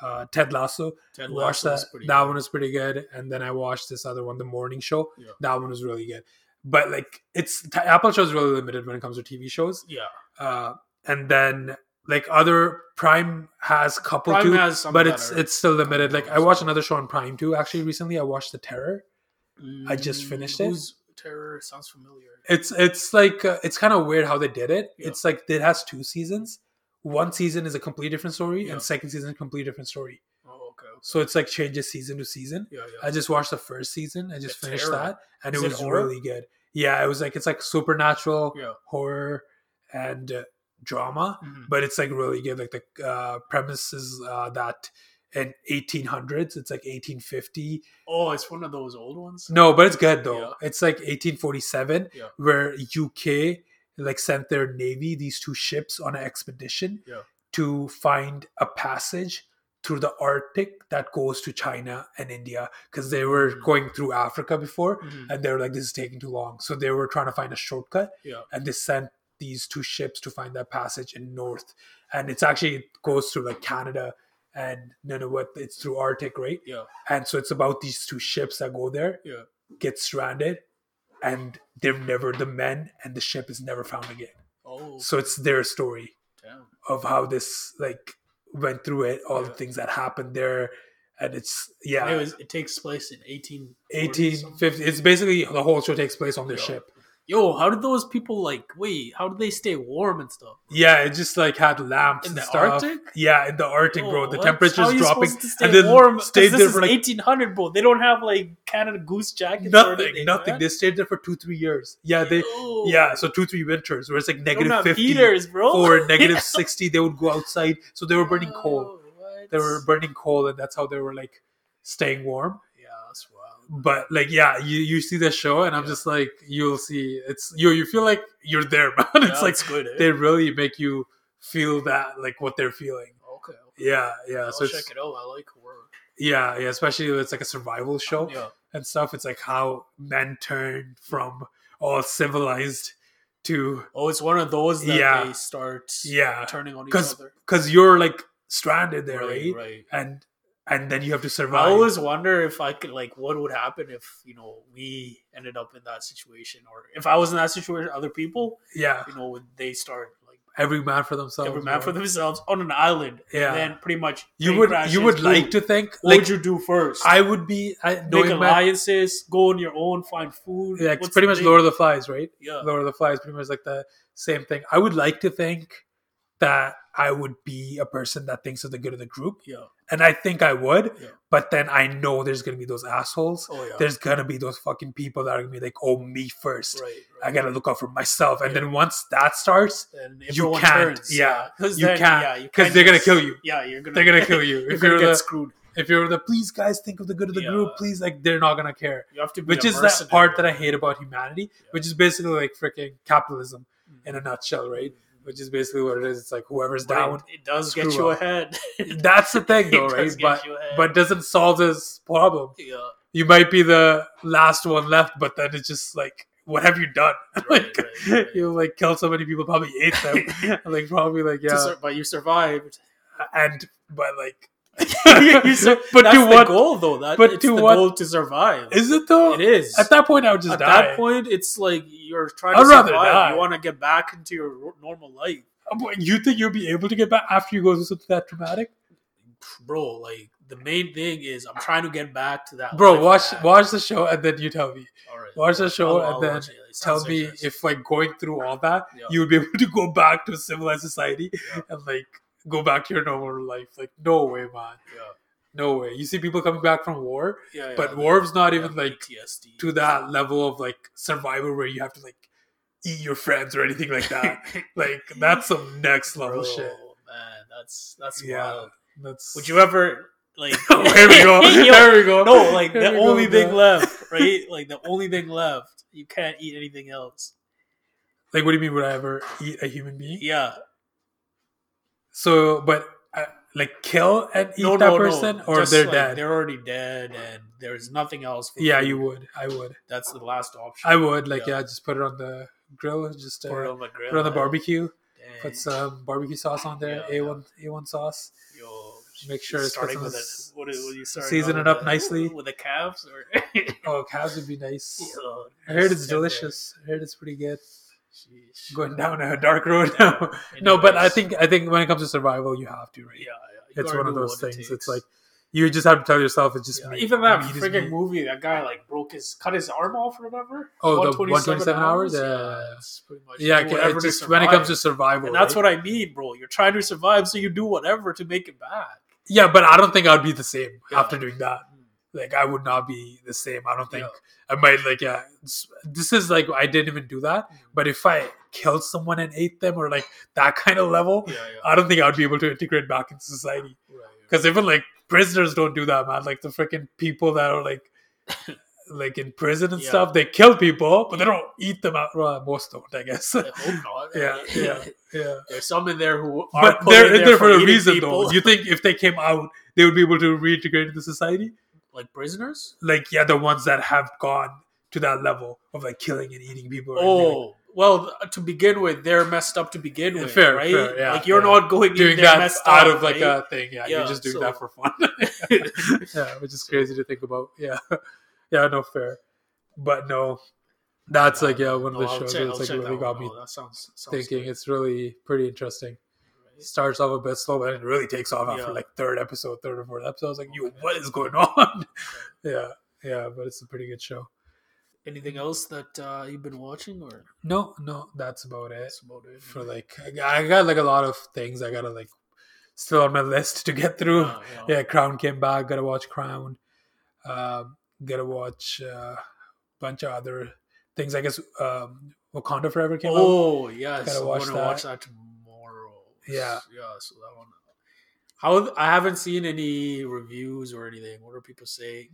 B: Uh, Ted Lasso.
C: Ted
B: watched
C: Lasso is
B: that.
C: pretty
B: That
C: good.
B: one was pretty good, and then I watched this other one, The Morning Show.
C: Yeah.
B: That one was really good. But like, it's t- Apple shows really limited when it comes to TV shows.
C: Yeah,
B: Uh, and then like other Prime has a couple
C: Prime
B: too,
C: has some
B: but it's
C: better-
B: it's still limited. Like I
C: Couple
B: watched
C: shows.
B: another show on Prime too. Actually, recently I watched The Terror. I just
C: Mm,
B: finished it.
C: Who's Terror sounds familiar.
B: It's it's like uh, it's kind of weird how they did it.
C: Yeah.
B: It's like it has two seasons. One season is a completely different story,
C: Yeah.
B: and second season is a completely different story.
C: Oh, okay. okay.
B: So it's like changes season to season.
C: Yeah, yeah.
B: I just watched the first season. I just
C: The
B: finished
C: Terror.
B: that, and
C: Is
B: it
C: it
B: was
C: horror?
B: really good. Yeah, it was like it's like supernatural
C: yeah.
B: horror and uh, drama.
C: Mhm.
B: but it's like really good. Like the uh, premise is uh, that in 1800s, it's like 1850.
C: Oh, it's one of those old ones.
B: No, but it's good though.
C: Yeah.
B: It's like 1847,
C: Yeah.
B: where UK like sent their navy these two ships on an expedition
C: Yeah.
B: to find a passage through the Arctic that goes to China and India because they were
C: Mhm.
B: going through Africa before.
C: Mhm.
B: And they were like, this is taking too long. So they were trying to find a shortcut
C: Yeah.
B: and they sent these two ships to find that passage in north and it's actually it goes through like canada and you know what it's through arctic right
C: Yeah.
B: and so it's about these two ships that go there
C: Yeah.
B: get stranded and they're never the men and the ship is never found again
C: Oh,
B: so it's their story
C: damn.
B: of how this like went through it all the
C: Yeah.
B: things that happened there and it's
C: And
B: yeah
C: It was. It takes place in eighteen.
B: 1850 it's basically the whole show takes place on their
C: Yeah.
B: ship
C: yo, how did those people like wait? How did they stay warm and stuff?
B: Yeah, it just like had lamps
C: In
B: and
C: the
B: stuff.
C: Arctic?
B: Yeah, in the Arctic,
C: Yo,
B: bro. The
C: what? How are
B: temperature's
C: you
B: dropping,
C: supposed to stay
B: and then
C: warm? 'Cause
B: stayed
C: this
B: there
C: is
B: for like
C: 1800, bro. They don't have like Canada Goose jackets. or
B: nothing,
C: anything,
B: nothing.
C: man.
B: They stayed there for two, three years. Yeah, they,
C: Yo.
B: yeah, so two, three winters where it's like
C: They Oh. don't
B: negative
C: have
B: fifty
C: heaters, bro.
B: or negative sixty. They would go outside, so they were burning
C: Yo,
B: coal.
C: what?
B: They were burning coal, and that's how they were like staying warm.
C: Yeah, that's wild.
B: but like yeah you you see the show and i'm just like you'll see it's you you feel like you're there man
C: Yeah,
B: it's like
C: that's good. eh?
B: they really make you feel that like what they're feeling
C: okay.
B: yeah yeah
C: I'll
B: so
C: check
B: it's,
C: it out. I like horror.
B: yeah yeah especially if it's like a survival show
C: Yeah.
B: and stuff it's like how men turn from all civilized to
C: Oh, it's one of those that
B: Yeah.
C: they start
B: yeah
C: turning on each
B: 'Cause
C: other.
B: because you're like stranded there right,
C: right, right.
B: and and then you have to
C: I
B: survive
C: always wonder if I could like what would happen if you know we ended up in that situation, or if I was in that situation, other people,
B: yeah
C: you know, would they start like
B: every man for themselves
C: every man
B: bro.
C: for themselves on an island,
B: Yeah.
C: and then pretty much
B: you
C: plane
B: would
C: crashes,
B: you would
C: boom.
B: like to think
C: What
B: like
C: would you do first?
B: I would be I,
C: Make
B: knowing my
C: alliances, go on your own, find food.
B: yeah, it's
C: What's
B: pretty
C: the Uh.
B: much
C: big-
B: Lord of the Flies, right?
C: Yeah,
B: Lord of the Flies, pretty much like the same thing. I would like to think that I would be a person that thinks of the good of the group,
C: yeah,
B: and I think I would.
C: Yeah.
B: But then I know there's gonna be those assholes.
C: oh yeah,
B: There's gonna be those fucking people that are gonna be like, "Oh, me first.
C: right.
B: I gotta look out for myself." And
C: Yeah.
B: then once that starts,
C: And
B: you
C: everyone
B: can't,
C: turns,
B: yeah,
C: because
B: you
C: then,
B: can't,
C: yeah, you
B: 'cause
C: can't
B: they're gonna
C: just-
B: kill you.
C: Yeah, you're gonna
B: they're gonna kill you.
C: You're
B: if
C: gonna
B: you're
C: get
B: the
C: screwed.
B: if you're the please guys think of the good of the
C: Yeah.
B: group, please like they're not gonna care.
C: You have to, be
B: which
C: a
B: is that part that
C: mercenary.
B: I hate about humanity,
C: Yeah.
B: which is basically like freaking capitalism
C: Mhm.
B: in a nutshell, right? Which is basically what it is. It's like whoever's
C: But
B: down.
C: It, it does get
B: screw
C: you
B: up.
C: ahead.
B: That's the thing, though,
C: It
B: right?
C: does get
B: But
C: you ahead.
B: but doesn't solve this problem.
C: yeah,
B: You might be the last one left, but then it's just like, what have you done? like
C: right, right, right.
B: you like killed so many people, probably ate them, like probably like
C: To
B: yeah,
C: sur- but you survived.
B: and but like,
C: You sur-
B: but
C: That's
B: to
C: the
B: what?
C: goal, though. That
B: but
C: it's
B: to
C: the
B: what-
C: goal to survive.
B: Is it though?
C: it is.
B: At that point, I would just
C: At
B: die.
C: that point, it's like you're trying
B: I'd
C: to
B: rather
C: survive.
B: die.
C: You want to get back into your ro- normal life,
B: Uh, you think you'll be able to get back after you go through something that traumatic?
C: bro. Like the main thing is, I'm trying to get back to that.
B: bro
C: life I
B: watch
C: had.
B: watch the show and then you tell me
C: All right.
B: watch the
C: I'll-
B: show
C: I'll
B: and then
C: watch it. It sounds
B: tell me
C: interesting.
B: if like going through all that
C: Yeah.
B: you would be able to go back to a civilized society
C: Yeah.
B: and like go back to your normal life like no way man no way you see people coming back from war
C: yeah, yeah, yeah,
B: but
C: they-
B: war's not
C: they
B: even
C: have
B: like
C: PTSD.
B: to that level of like survival where you have to like eat your friends or anything like that like that's some next level
C: Bro,
B: shit
C: man, that's that's
B: Yeah.
C: wild.
B: that's
C: Would you ever like?
B: there we go
C: Yo,
B: there we go
C: no, like
B: There
C: the
B: we go
C: only
B: with
C: thing
B: that.
C: left, right? Like the only thing left. You can't eat anything else.
B: like what do you mean would i ever eat a human being
C: Yeah,
B: So, but uh, like kill and eat
C: no,
B: that
C: no, no.
B: person, or
C: Just,
B: they're
C: like,
B: dead.
C: They're already dead, and there's nothing else. for
B: yeah,
C: food.
B: you would. I would.
C: That's the last option.
B: I would. Like, yeah,
C: Yeah.
B: just put it on the grill. Just uh,
C: Put it on the grill.
B: put it on the
C: eh?
B: barbecue.
C: Dang.
B: Put some barbecue sauce on there.
C: Yeah,
B: A one A one sauce.
C: Yo,
B: Make sure it's got
C: starting
B: some
C: with
B: s-
C: it. What is, what are you starting
B: season
C: on
B: it
C: with
B: up
C: the-
B: nicely.
C: with the calves or.
B: Oh, calves would be nice.
C: Yo,
B: I heard
C: just
B: it's
C: sit there.
B: delicious. I heard it's pretty good.
C: Sheesh.
B: Going down a dark road now. no, but I
C: Anyways,
B: think I think when it comes to survival, you have to. Right?
C: yeah, yeah, you
B: it's
C: gotta
B: one of
C: do
B: those
C: what it
B: things.
C: takes.
B: It's like you just have to tell yourself it's just
C: Yeah,
B: me.
C: even that
B: Meat is
C: freaking
B: meat.
C: movie, that guy like broke his cut his arm off or whatever.
B: Oh, the 127 hours? Yeah, yeah, yeah.
C: it's pretty much
B: Yeah,
C: do
B: it
C: whatever to
B: just when it comes to
C: survive.
B: survival,
C: and that's
B: right?
C: what I mean, bro. You're trying to survive, so you do whatever to make it back.
B: Yeah, but I don't think I'd be the same
C: Yeah. Hmm.
B: after doing that. Like I would not be the same. I don't think
C: Yeah. Hmm.
B: I might like yeah. it's- This is like I didn't even do that. But if I killed someone and ate them or like that kind of level,
C: Yeah, yeah,
B: I don't think I'd be able to integrate back into society.
C: Right, yeah.
B: Because even like prisoners don't do that, man. Like the freaking people that are like like in prison and
C: Yeah.
B: stuff, they kill people, but they don't eat them out. Well, most don't, I guess.
C: I hope not.
B: yeah, yeah, yeah.
C: oh, There's some in there who are
B: But they're in there, for a
C: eating
B: reason, though.
C: people.
B: You think if they came out, they would be able to reintegrate into society?
C: like prisoners.
B: like yeah, the ones that have gone to that level of like killing and eating people. or anything like-
C: Oh well, th- to begin with, they're messed up to begin
B: Yeah,
C: with,
B: fair,
C: right?
B: fair, yeah,
C: like you're
B: yeah.
C: not going in
B: doing
C: there
B: that
C: messed
B: out
C: up,
B: of like
C: right?
B: a thing. Yeah,
C: Yeah,
B: you're just doing
C: so-
B: that for fun. yeah, which is crazy to think about. Yeah, yeah, no fair, but no, that's like yeah, one of the
C: No, Oh, I'll
B: shows
C: check- I'll
B: that's like
C: check
B: really
C: that
B: got
C: one
B: me
C: out. That sounds, sounds
B: thinking.
C: good,
B: It's really pretty interesting.
C: right?
B: Starts off a bit slow, but it really takes off after
C: Yeah.
B: like third episode, third or fourth episode. I was like, "Yo,
C: Okay.
B: what is going on?" yeah, yeah, but it's a pretty good show.
C: Anything else that uh, you've been watching, or
B: No, no, that's about it.
C: that's about it?
B: For like, I got, I got like a lot of things I gotta like still on my list to get through.
C: Oh, yeah.
B: Yeah, Crown came back. Gotta watch Crown. Um, gotta watch a uh, bunch of other things. I guess um, Wakanda Forever came out.
C: Oh yes,
B: Gotta
C: I
B: watch
C: want to
B: that.
C: watch that tomorrow.
B: Yeah.
C: yeah. So that one, uh, how I haven't seen any reviews or anything. What are people saying?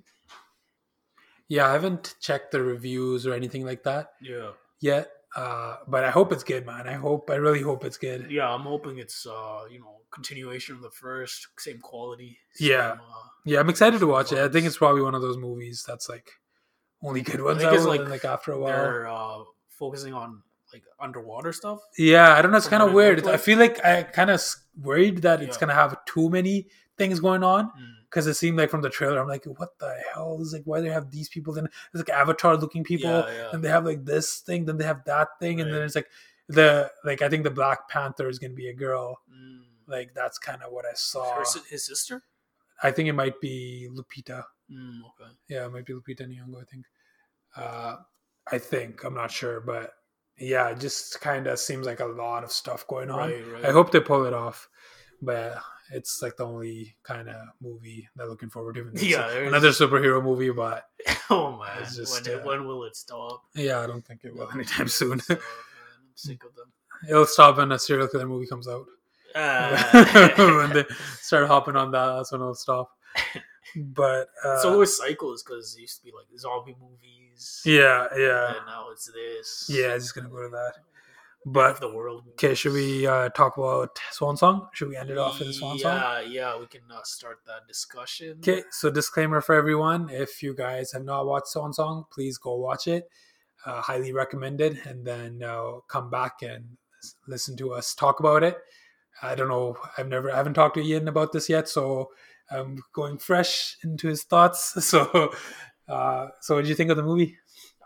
B: Yeah, I haven't checked the reviews or anything like that
C: Yeah,
B: yet. Uh, but I hope it's good, man. I hope. I really hope it's good.
C: yeah. I'm hoping it's uh you know continuation of the first, same quality. same,
B: Yeah.
C: uh,
B: Yeah, I'm excited to watch it. I think it's probably one of those movies that's like only good ones
C: think
B: out.
C: it's
B: Like,
C: like
B: and, like after a while.
C: they're uh, focusing on like underwater stuff.
B: Yeah, I don't know. It's
C: From
B: kind
C: what
B: of
C: it
B: weird.
C: looked
B: I
C: like.
B: feel like I kind of worried that it's
C: Yeah.
B: gonna have too many things going on because it seemed like from the trailer, I'm like, what the hell is like? Why they have these people? Then it's like Avatar looking people,
C: Yeah, yeah.
B: and they have like this thing, then they have that thing, and then
C: Right.
B: it's like the like I think the Black Panther is gonna be a girl.
C: Mm.
B: Like that's kind of what I saw.
C: Her si- his sister.
B: I think it might be Lupita.
C: Mm, okay.
B: Yeah, it might be Lupita Nyong'o. I think. Uh, I think I'm not sure, but yeah, it just kind of seems like a lot of stuff going on.
C: Right, right.
B: I hope they pull it off, but it's like the only kind of movie they're looking forward to. Even though it's
C: Yeah, there is-
B: another superhero movie, but
C: Oh man,
B: It's just,
C: when, it-
B: uh,
C: when will it stop?
B: yeah, I don't think it will anytime soon.
C: Stop, man. I'm sick of them.
B: It'll stop when a serial killer movie comes out. when
C: Uh,
B: they start hopping on that, that's when it'll stop. But uh,
C: it's always cycles because it used to be like zombie movies.
B: yeah, yeah,
C: And now it's this.
B: yeah. Just gonna go to that.
C: But
B: But
C: the world. moves.
B: okay, should we uh, talk about Swan Song? Should we end it off with a Swan Song?
C: Yeah, yeah. We can uh, start that discussion.
B: Okay, so disclaimer for everyone: if you guys have not watched Swan Song, please go watch it. Uh, highly recommended, and then uh, come back and s- listen to us talk about it. I don't know; I've never, I haven't talked to Ian about this yet, so I'm going fresh into his thoughts. So, uh, so what did you think of the movie?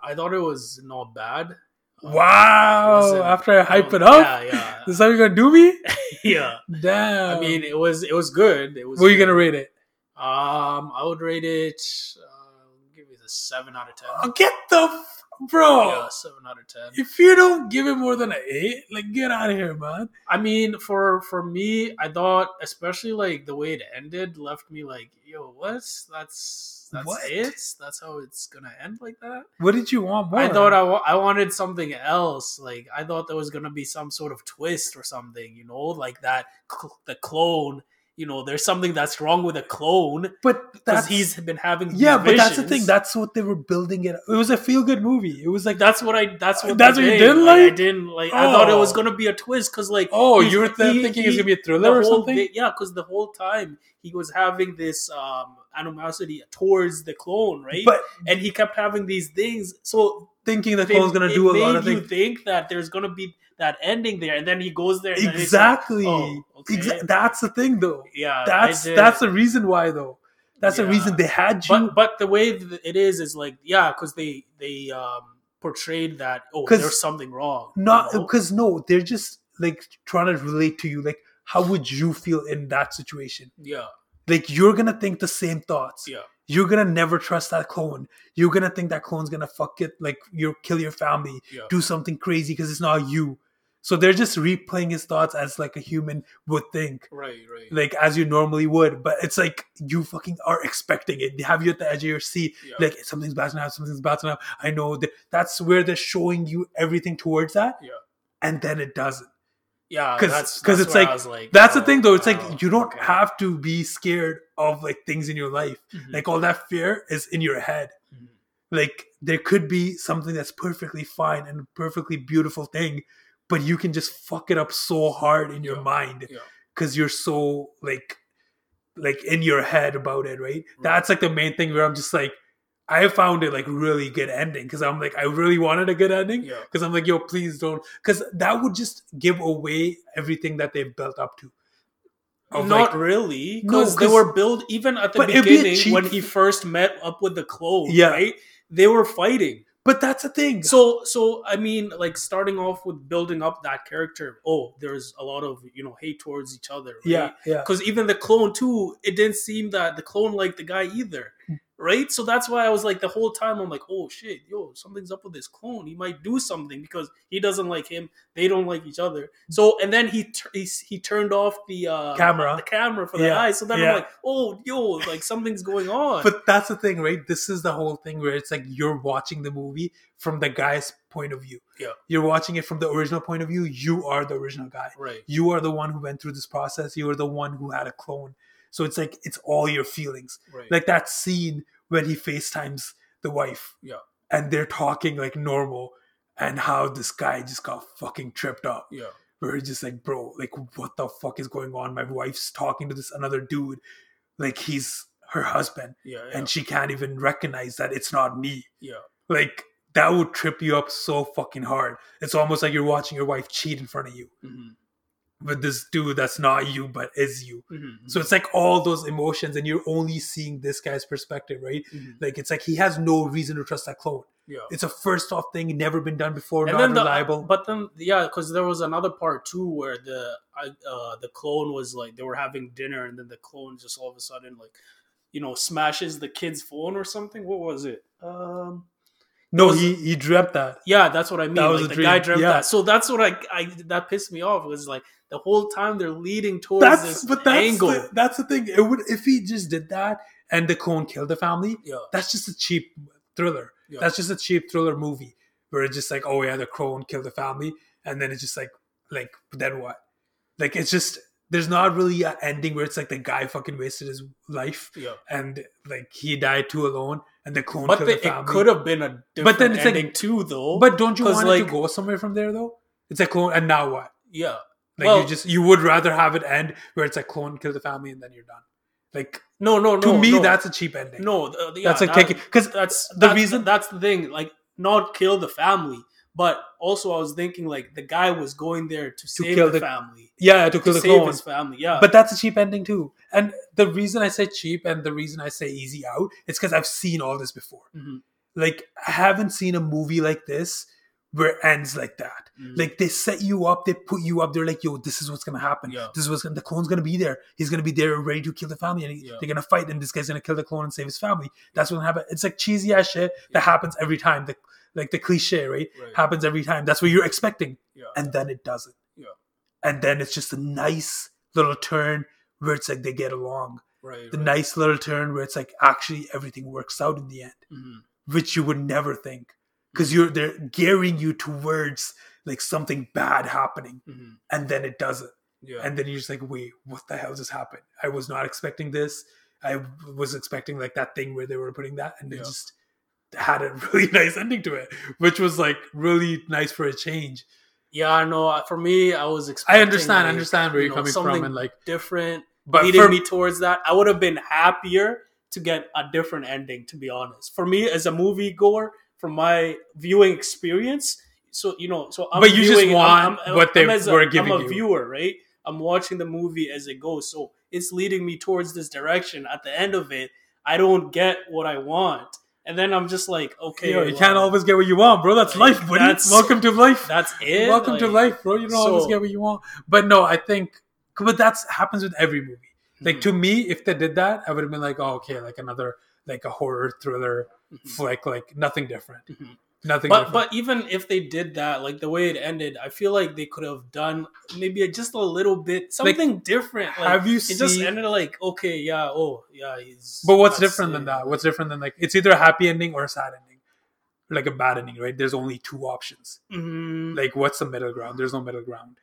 C: I thought it was not bad. Um,
B: Wow!
C: wasn't-
B: After I hype
C: no,
B: it up,
C: oh, Yeah,
B: this is how you're gonna do me?
C: yeah. yeah.
B: Damn!
C: I mean, it was it was good. It was.
B: Um, what are you
C: good.
B: gonna rate it?
C: Um, I would rate it. Uh, give it a seven out of ten.
B: Oh, get the f- bro.
C: Yeah, seven out of ten.
B: If you don't give it more than an eight, like get out of here, man.
C: I mean, for for me, I thought especially like the way it ended left me like, yo, what? That's that's
B: What?
C: it. That's how it's gonna end like that.
B: What did you want more?
C: I thought uh, I, wa- I wanted something else. Like I thought there was gonna be some sort of twist or something. You know, like that cl- the clone. You know, there's something that's wrong with a clone
B: but
C: because
B: that's
C: he's been having these
B: yeah, but that's the
C: visions.
B: thing. That's what they were building it. It was a feel good movie. It was like
C: that's what I. That's what
B: That's
C: I
B: what you didn't
C: I
B: like?
C: didn't like. I thought it
B: Oh.
C: was gonna be a twist because like
B: oh,
C: he's-
B: you were th-
C: he-
B: thinking it was
C: he-
B: gonna be a
C: the
B: thriller or
C: whole
B: something.
C: bit- yeah, because the whole time he was having this um animosity towards the clone, right?
B: But
C: and he kept having these things. So
B: thinking that
C: they-
B: Cole's gonna
C: it
B: do a lot
C: made
B: of
C: you
B: things.
C: think that there's gonna be that ending there, and then he goes there. And then it's like,
B: Exactly.
C: oh, okay.
B: Exa- that's the thing, though.
C: yeah, I
B: That's
C: did-
B: that's the reason why, though. That's the
C: Yeah.
B: reason they had you.
C: But but the way that it is is like yeah, because they they um portrayed that oh
B: 'Cause
C: there's something wrong. you
B: not
C: know?
B: because no, they're just like trying to relate to you. Like, how would you feel in that situation?
C: yeah
B: Like, you're gonna think the same thoughts.
C: yeah
B: you're gonna never trust that clone. You're gonna think that clone's gonna fuck it, like you kill your family,
C: yeah.
B: do something crazy because it's not you. So they're just replaying his thoughts as like a human would think,
C: Right, right.
B: like as you normally would. But it's like you fucking are expecting it. They have you at the edge of your seat.
C: Yeah.
B: Like something's bad enough, something's bad enough. I know that that's where they're showing you everything towards that.
C: Yeah.
B: And then it doesn't.
C: yeah,
B: 'cause-
C: that's
B: 'cause
C: that's
B: it's
C: where I
B: like-
C: was like
B: That's the
C: oh,
B: thing though. It's
C: wow,
B: like you don't
C: okay.
B: have to be scared of like things in your life.
C: Mhm,
B: Like all that fear is in your head.
C: mhm.
B: like there could be something that's perfectly fine and a perfectly beautiful thing but you can just fuck it up so hard in your
C: Yeah,
B: mind
C: yeah.
B: because you're so like like in your head about it right?
C: Right.
B: that's like the main thing where i'm just like i found it like really good ending because i'm like i really wanted a good ending
C: Yeah.
B: because i'm like yo please don't because that would just give away everything that they've built up to Of,
C: Not
B: like-
C: really,
B: No,
C: because they
B: 'cause-
C: were built even at the
B: But it'd be a
C: beginning
B: cheap-
C: when he first met up with the clone.
B: Yeah.
C: right. They were fighting.
B: but that's the thing
C: So, so I mean, like starting off with building up that character. Oh, there's a lot of you know hate towards each other. Right?
B: yeah yeah Hmm.
C: because even the clone too, it didn't seem that the clone liked the guy either, right? So that's why I was like the whole time I'm like, oh shit, yo, something's up with this clone. He might do something because he doesn't like him. They don't like each other.
B: Hmm.
C: So and then he tur- he, he turned off the uh,
B: Camera.
C: the camera for the
B: Yeah,
C: eyes. So then
B: yeah.
C: I'm like, oh yo, like something's going on.
B: But that's the thing, right? This is the whole thing where it's like you're watching the movie from the guy's point of view.
C: Yeah.
B: You're watching it from the original point of view. You are the original guy.
C: right.
B: You are the one who went through this process. You are the one who had a clone. So it's like it's all your feelings.
C: Right.
B: Like that scene when he FaceTimes the wife.
C: Yeah.
B: And they're talking like normal and how this guy just got fucking tripped up
C: yeah.
B: where it's just like, bro, like what the fuck is going on? My wife's talking to this another dude, like he's her husband,
C: Yeah.
B: and she can't even recognize that it's not me.
C: yeah.
B: Like that would trip you up so fucking hard. It's almost like you're watching your wife cheat in front of you
C: Mm-hmm.
B: with this dude that's not you but is you.
C: Mm-hmm.
B: So it's like all those emotions, and you're only seeing this guy's perspective, right?
C: Mm-hmm.
B: Like it's like he has no reason to trust that clone.
C: yeah.
B: It's a first off thing, never been done before,
C: and
B: not
C: then the,
B: reliable.
C: but then yeah because there was another part too where the uh the clone was like they were having dinner and then the clone just all of a sudden like you know smashes the kid's phone or something what was it um
B: no, he he dreamt that.
C: yeah that's what i mean
B: That was
C: like
B: a
C: the guy
B: dream,
C: dreamt
B: yeah.
C: that so that's what I, I that pissed me off was like the whole time they're leading towards this angle
B: The, that's the thing. It would if he just did that and the clone killed the family.
C: yeah
B: That's just a cheap thriller.
C: Yeah.
B: That's just a cheap thriller movie where it's just like, oh yeah, the clone killed the family, and then it's just like, like then what? Like it's just there's not really an ending where it's like the guy fucking wasted his life
C: yeah
B: and like he died too alone and the clone
C: but
B: killed
C: the,
B: the family.
C: it could have been a
B: But
C: different
B: then it's like-
C: ending too though
B: but don't you
C: 'cause,
B: want it
C: like-
B: to go somewhere from there though? It's a clone, and now what?
C: yeah
B: Like
C: Well-
B: you just you would rather have it end where it's like clone kill the family and then you're done. Like
C: no no no
B: to me,
C: no.
B: that's a cheap ending.
C: no uh, yeah,
B: that's like
C: that-
B: taking because
C: that's
B: The
C: the that's,
B: reason-
C: reason that's the thing like not kill the family but also i was thinking like the guy was going there to save
B: kill
C: the,
B: the-
C: family
B: yeah to
C: to
B: kill the
C: save
B: clone,
C: his family yeah
B: but that's a cheap ending too. And the reason I say cheap and the reason I say easy out, it's because I've seen all this before.
C: Mhm.
B: Like I haven't seen a movie like this where it ends like that.
C: Mhm.
B: Like they set you up, they put you up. They're like, "Yo, this is what's gonna happen.
C: Yeah.
B: This is what's gonna, the clone's gonna be there. He's gonna be there, ready to kill the family, and he-
C: Yeah.
B: they're gonna fight. And this guy's gonna kill the clone and save his family. That's what happen. It's like cheesy ass shit that happens every time. The, like the cliche, right?
C: Right.
B: Happens every time. That's what you're expecting,
C: yeah.
B: and then it doesn't.
C: Yeah.
B: And then it's just a nice little turn where it's like they get along.
C: right
B: The
C: right.
B: nice little turn where it's like actually everything works out in the end
C: Mhm.
B: which you would never think
C: Mm-hmm.
B: because you're they're gearing you towards like something bad happening
C: Mhm.
B: and then it doesn't
C: yeah
B: and then you're just like wait what the hell just happened i was not expecting this i was expecting like that thing where they were putting that and
C: Yeah.
B: it just had a really nice ending to it which was like really nice for a change
C: yeah i know I- for me i was expecting
B: i understand i
C: like,
B: understand where
C: you
B: you're
C: know,
B: coming
C: something
B: from and like
C: different
B: but
C: leading
B: for
C: me towards that i would have been happier to get a different ending to be honest for me as a movie goer from my viewing experience so you know so I'm
B: But you just
C: viewing-
B: want what they
C: as a-
B: were giving
C: I'm a
B: you.
C: viewer right I'm watching the movie as it goes so it's leading me towards this direction at the end of it I don't get what I want and then I'm just like okay
B: you, know, you
C: well,
B: can't always get what you want bro that's
C: like,
B: life buddy
C: that's-
B: welcome to life
C: that's it
B: Welcome to
C: Like,
B: life, bro. You don't always
C: so-
B: get what you want. But no, I think, but that's happens with every movie. Like
C: mhm,
B: to me, if they did that, I would have been like, oh, okay, like another like a horror thriller
C: mhm,
B: flick, like nothing different,
C: mhm.
B: nothing.
C: But
B: different.
C: but even if they did that, like the way it ended, I feel like they could have done maybe just a little bit
B: Like,
C: something different. Like,
B: have you
C: it just
B: seen-
C: ended like okay, yeah, oh yeah. He's,
B: But what's
C: that's
B: different than
C: it.
B: that? What's different than like it's either a happy ending or a sad ending, like a bad ending, right? There's only two options.
C: Mhm.
B: Like what's the middle ground? There's no middle ground.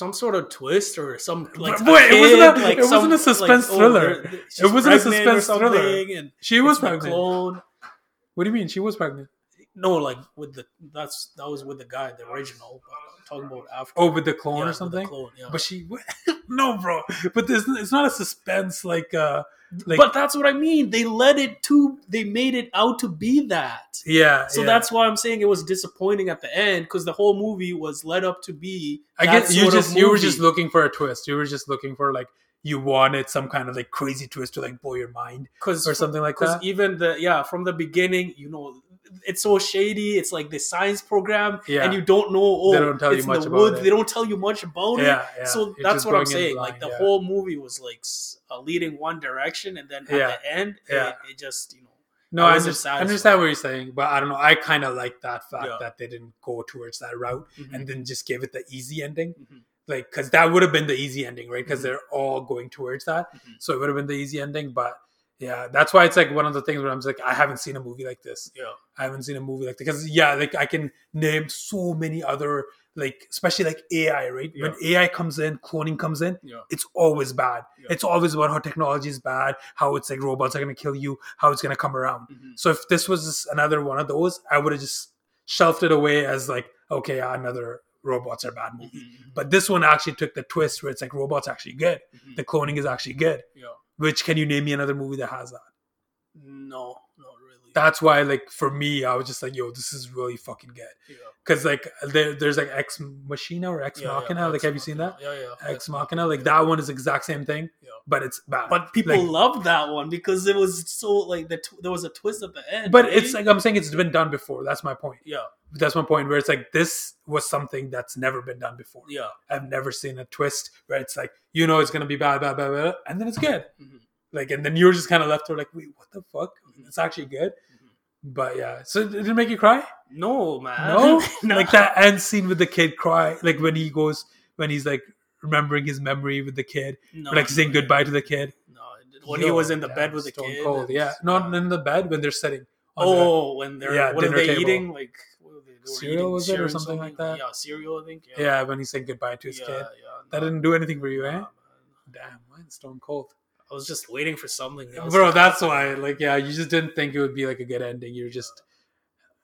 C: some sort of twist or some like
B: But wait,
C: a
B: it wasn't a-
C: kid, like,
B: it wasn't a
C: some-
B: suspense
C: like, oh,
B: thriller.
C: they're- they're-
B: It
C: she's
B: wasn't a
C: pregnant or
B: suspense thriller.
C: something, And
B: She was
C: it's the
B: pregnant.
C: Clone.
B: What do you mean? She was pregnant.
C: No, like with the that's that was with the guy, the original. But I'm talking about after
B: Oh, with the clone
C: yeah,
B: or
C: with the
B: something.
C: clone, yeah.
B: But she, no, bro. But there's, it's not a suspense like, uh like
C: but that's what I mean. They let it to. They made it out to be that.
B: yeah.
C: So
B: yeah.
C: that's why I'm saying it was disappointing at the end because the whole movie was led up to be.
B: I
C: that
B: guess you
C: sort of
B: just you were
C: movie.
B: just looking for a twist. You were just looking for like you wanted some kind of like crazy twist to like blow your mind
C: Cause,
B: or something like
C: 'cause
B: that.
C: even the yeah from the beginning, you know, it's so shady. It's like the science program,
B: Yeah.
C: and you don't know. Oh,
B: They don't tell you
C: it's
B: much
C: in the
B: about
C: woods.
B: it.
C: They don't tell you much about it.
B: yeah, yeah.
C: So
B: You're
C: that's
B: just
C: what I'm
B: going in
C: saying.
B: blind,
C: Like the
B: yeah.
C: whole movie was like s- uh, leading one direction, and then at
B: Yeah.
C: the end,
B: Yeah.
C: it, it just you know.
B: No,
C: I
B: I,
C: wasn't
B: just, I
C: satisfied.
B: understand what you're saying, but I don't know. I kind of like that fact
C: Yeah.
B: that they didn't go towards that route
C: mhm,
B: and then just gave it the easy ending.
C: mhm.
B: Like, because that would have been the easy ending, right? Because
C: Mhm.
B: they're all going towards that.
C: Mhm.
B: So it would have been the easy ending. But yeah, that's why it's like one of the things where I'm just like, I haven't seen a movie like this.
C: Yeah.
B: I haven't seen a movie like Because, yeah, like I can name so many other, like, especially like AI, right? When AI comes in, cloning comes in,
C: Yeah.
B: it's always bad.
C: Yeah.
B: It's always about how technology is bad, how it's like robots are going to kill you, how it's going to come around.
C: mhm.
B: So if this was just another one of those, I would have just shelved it away as like, okay, yeah, another robots are bad movie.
C: Mhm,
B: But this one actually took the twist where it's like robots are actually good.
C: mhm,
B: The cloning is actually good.
C: yeah.
B: Which can you name me another movie that has that?
C: No, not really.
B: That's why, like for me, I was just like, yo, this is really fucking good.
C: yeah.
B: Because like there, there's like Ex Machina or Ex
C: Yeah, yeah,
B: Machina. like,
C: Ex
B: have you seen that?
C: Machina. Yeah, yeah.
B: Ex Machina. Like that one is the exact same thing,
C: Yeah.
B: but it's bad.
C: But people
B: like-
C: loved that one because it was so like the tw- there was a twist at the end.
B: but
C: right?
B: it's like I'm saying, it's been done before. That's my point.
C: yeah,
B: That's my point. Where it's like this was something that's never been done before.
C: yeah.
B: I've never seen a twist where it's like, you know, it's gonna be bad, bad, bad, bad, and then it's good.
C: Mhm.
B: Like, and then you're just kind of left there, like, wait, what the fuck?
C: Mhm.
B: It's actually good.
C: Mhm.
B: But yeah, so did it make you cry?
C: No, man.
B: No?
C: No.
B: Like that end scene with the kid cry, like when he goes, when he's like remembering his memory with the kid,
C: No,
B: or, like saying
C: no,
B: goodbye to the kid.
C: No, when he
B: Yo,
C: was in the
B: that
C: bed
B: was
C: with the
B: stone
C: kid.
B: cold.
C: and-
B: Yeah, not in the bed when they're sitting. on the-
C: Oh, when they're
B: Yeah,
C: what are
B: dinner
C: they
B: table.
C: eating? Like what were they, they were
B: Cereal,
C: eating
B: was it, or
C: cereal
B: something like that?
C: Yeah, cereal. I think. Yeah.
B: yeah, when he said goodbye to his
C: yeah,
B: kid.
C: yeah,
B: That
C: no,
B: didn't do anything for you, eh?
C: nah, man.
B: Damn, mine's stone cold.
C: I was just waiting for something. else
B: bro
C: to
B: that's
C: happen.
B: why like yeah you just didn't think it would be like a good ending you're just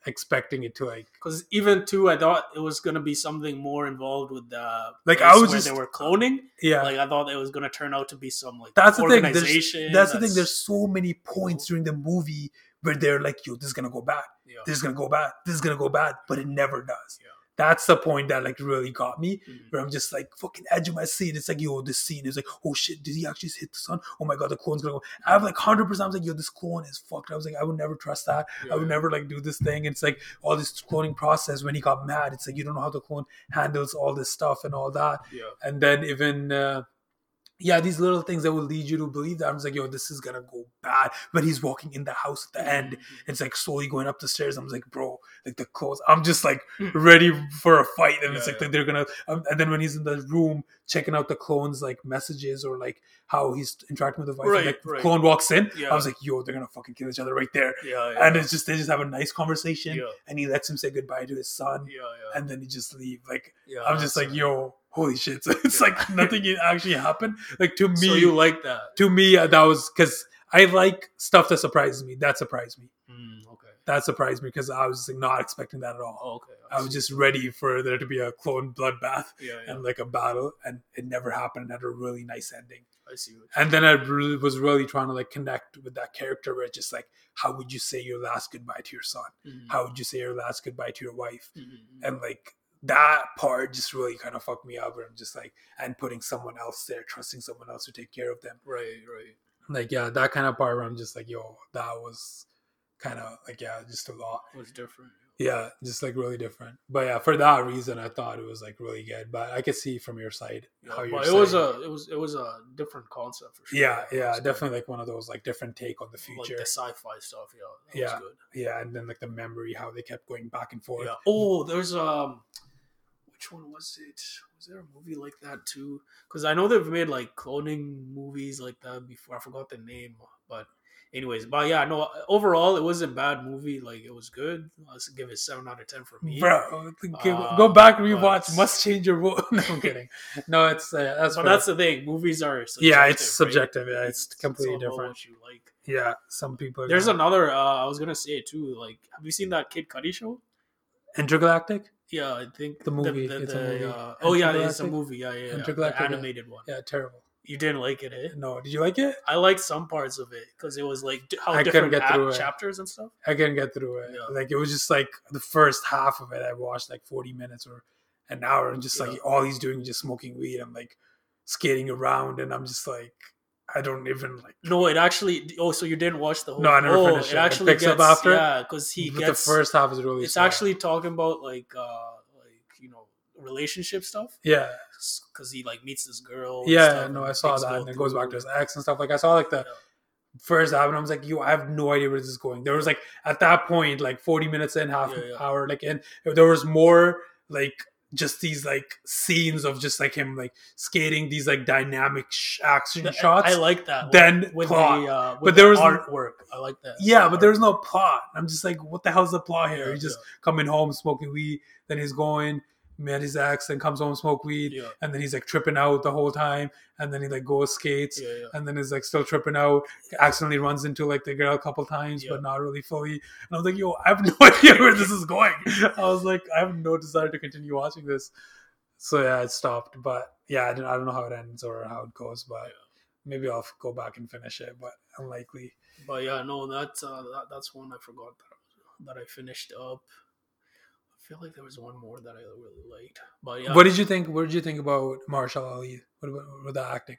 B: expecting it to like
C: Because even too, I thought it was gonna be something more involved with the
B: Like,
C: place
B: I was
C: where they
B: just-
C: were cloning.
B: yeah
C: Like I thought it was gonna turn out to be some like
B: that's the thing there's, that's,
C: organization.
B: the thing there's so many points during the movie where they're like yo this is gonna go bad
C: yeah.
B: this is gonna go bad this is gonna go bad but it never does
C: Yeah.
B: that's the point that like really got me
C: Mhm.
B: where I'm just like fucking edge of my seat. It's like, yo, this scene is like, oh shit, did he actually hit the sun? Oh my god, the clone's gonna go. I have like hundred percent. I was like, yo, this clone is fucked. I was like, I would never trust that. I would never like do this thing. It's like all this cloning process. When he got mad, it's like you don't know how the clone handles all this stuff and all that.
C: Yeah.
B: And then even uh, yeah, these little things that will lead you to believe that I'm just like, yo, this is gonna go bad. When he's walking in the house at the end,
C: Mm-hmm.
B: it's like slowly going up the stairs. I'm like, bro, like the clothes. I'm just like
C: Mm.
B: ready for a fight, and it's
C: Yeah,
B: like
C: yeah.
B: they're gonna. Um, and then when he's in the room checking out the clones, like messages or like how he's interacting with the wife, and,
C: Right,
B: like the
C: right.
B: clone walks in.
C: Yeah.
B: I was like, yo, they're gonna fucking kill each other right there.
C: Yeah. Yeah.
B: And it's just they just have a nice
C: yeah.
B: conversation,
C: Yeah.
B: and he lets him say goodbye to his son,
C: Yeah. Yeah.
B: and then he just leave. Like
C: yeah
B: I'm just like,
C: that's-
B: yo, holy shit! So it's
C: Yeah.
B: like nothing actually happened. Like to me,
C: So you like that?
B: to me, uh, that was because I like stuff that surprises me. That surprised me.
C: Mm, okay.
B: That surprised me because I was like, not expecting that at all.
C: Oh, okay.
B: I was just ready for there to be a clone bloodbath
C: Yeah. Yeah.
B: and like a battle, and it never happened. It had a really nice ending.
C: I see. What
B: And then I really, was really trying to like connect with that character, where it's just like, how would you say your last goodbye to your son?
C: you Mhm.
B: How would you say your last goodbye to your wife?
C: Mhm.
B: and like that part just really kind of fucked me up where i'm just like and putting someone else there trusting someone else to take care of them
C: Right. Right.
B: like yeah that kind of part where i'm just like yo that was kind of like yeah just a lot
C: Was different.
B: yeah just like really different but yeah for that reason i thought it was like really good but i could see from your side
C: Yeah,
B: how you're
C: but it was
B: saying-
C: a it was it was a different concept for sure.
B: yeah
C: It
B: yeah
C: was
B: definitely like one of those like different take on the
C: good. like
B: future
C: the sci-fi stuff. Yeah, that
B: Yeah.
C: was good.
B: yeah and then like the memory how they kept going back and forth
C: Yeah. Oh, there's um, which one was it? Was there a movie like that too? Because I know they've made like cloning movies like that before. I forgot the name, but anyways, but yeah, no. Overall, it wasn't a bad movie. Like it was good. Let's give it seven out of ten for me.
B: Bro, give-
C: Uh,
B: go back,
C: but-
B: rewatch. Must change your rule. No, I'm kidding. No, it's uh, that's
C: but
B: fair.
C: that's the thing. Movies are
B: yeah, it's
C: subjective, right?
B: subjective. Yeah, it's completely
C: all about
B: different.
C: What you like.
B: Yeah, some people. are
C: There's
B: gonna-
C: another. Uh, I was gonna say it too. Like, have you seen that Kid Cudi show?
B: intergalactic.
C: Yeah, I think
B: The movie, it's a movie.
C: uh, oh yeah, it's a
B: Intergalactic?
C: movie. Yeah, yeah, yeah. The
B: Intergalactic, yeah.
C: animated one.
B: Yeah, terrible.
C: You didn't like it, eh?
B: No, did you like it?
C: I liked some parts of it because it was like d- how
B: I couldn't
C: different
B: get
C: ap-
B: through it.
C: chapters and stuff.
B: I couldn't get through it.
C: Yeah.
B: Like it was just like the first half of it. I watched like 40 minutes or an hour, and just like
C: Yeah.
B: all he's doing is just smoking weed. I'm like skating around, and I'm just like, I I don't even like.
C: No, it actually. Oh, so you didn't watch the whole?
B: No, I never
C: oh,
B: finished it. It
C: actually
B: picks up
C: gets
B: after?
C: yeah, because he
B: but
C: gets.
B: the first half is really.
C: it's
B: slow.
C: actually talking about like uh like you know relationship stuff
B: yeah,
C: because he like meets this girl. and
B: yeah.
C: stuff,
B: No,
C: and
B: I saw
C: things
B: that,
C: go
B: and it goes back to
C: through.
B: his ex and stuff. Like I saw like the
C: Yeah.
B: first half, and I was like, "You, I have no idea where this is going." There was like at that point, like forty minutes in, half
C: Yeah, yeah.
B: hour, like in there was more like just these like scenes of just like him like skating these like dynamic sh- action
C: Th-
B: shots.
C: I like that.
B: then
C: with
B: plot.
C: the uh, with
B: But there was-
C: the artwork. I like that.
B: yeah, but there was no plot. I'm just like, what the hell's the plot here?
C: Yeah,
B: He's just coming home smoking weed, then he's going met his ex, and comes home smoke weed,
C: yeah,
B: and then he's like tripping out the whole time, and then he like goes skates,
C: yeah, yeah.
B: and then is like still tripping out, accidentally runs into like the girl a couple times,
C: Yeah.
B: but not really fully. And I was like, yo, I have no idea where this is going. I was like, I have no desire to continue watching this. So yeah, it stopped. But yeah, I don't, I don't know how it ends or how it goes, but
C: Yeah.
B: maybe I'll go back and finish it, but unlikely.
C: But yeah, no, that's uh, that, that's one I forgot that, that I finished up. I feel like there was one more that I really liked. But yeah,
B: What did you think? What did you think about Marshall Ali? What about with the acting?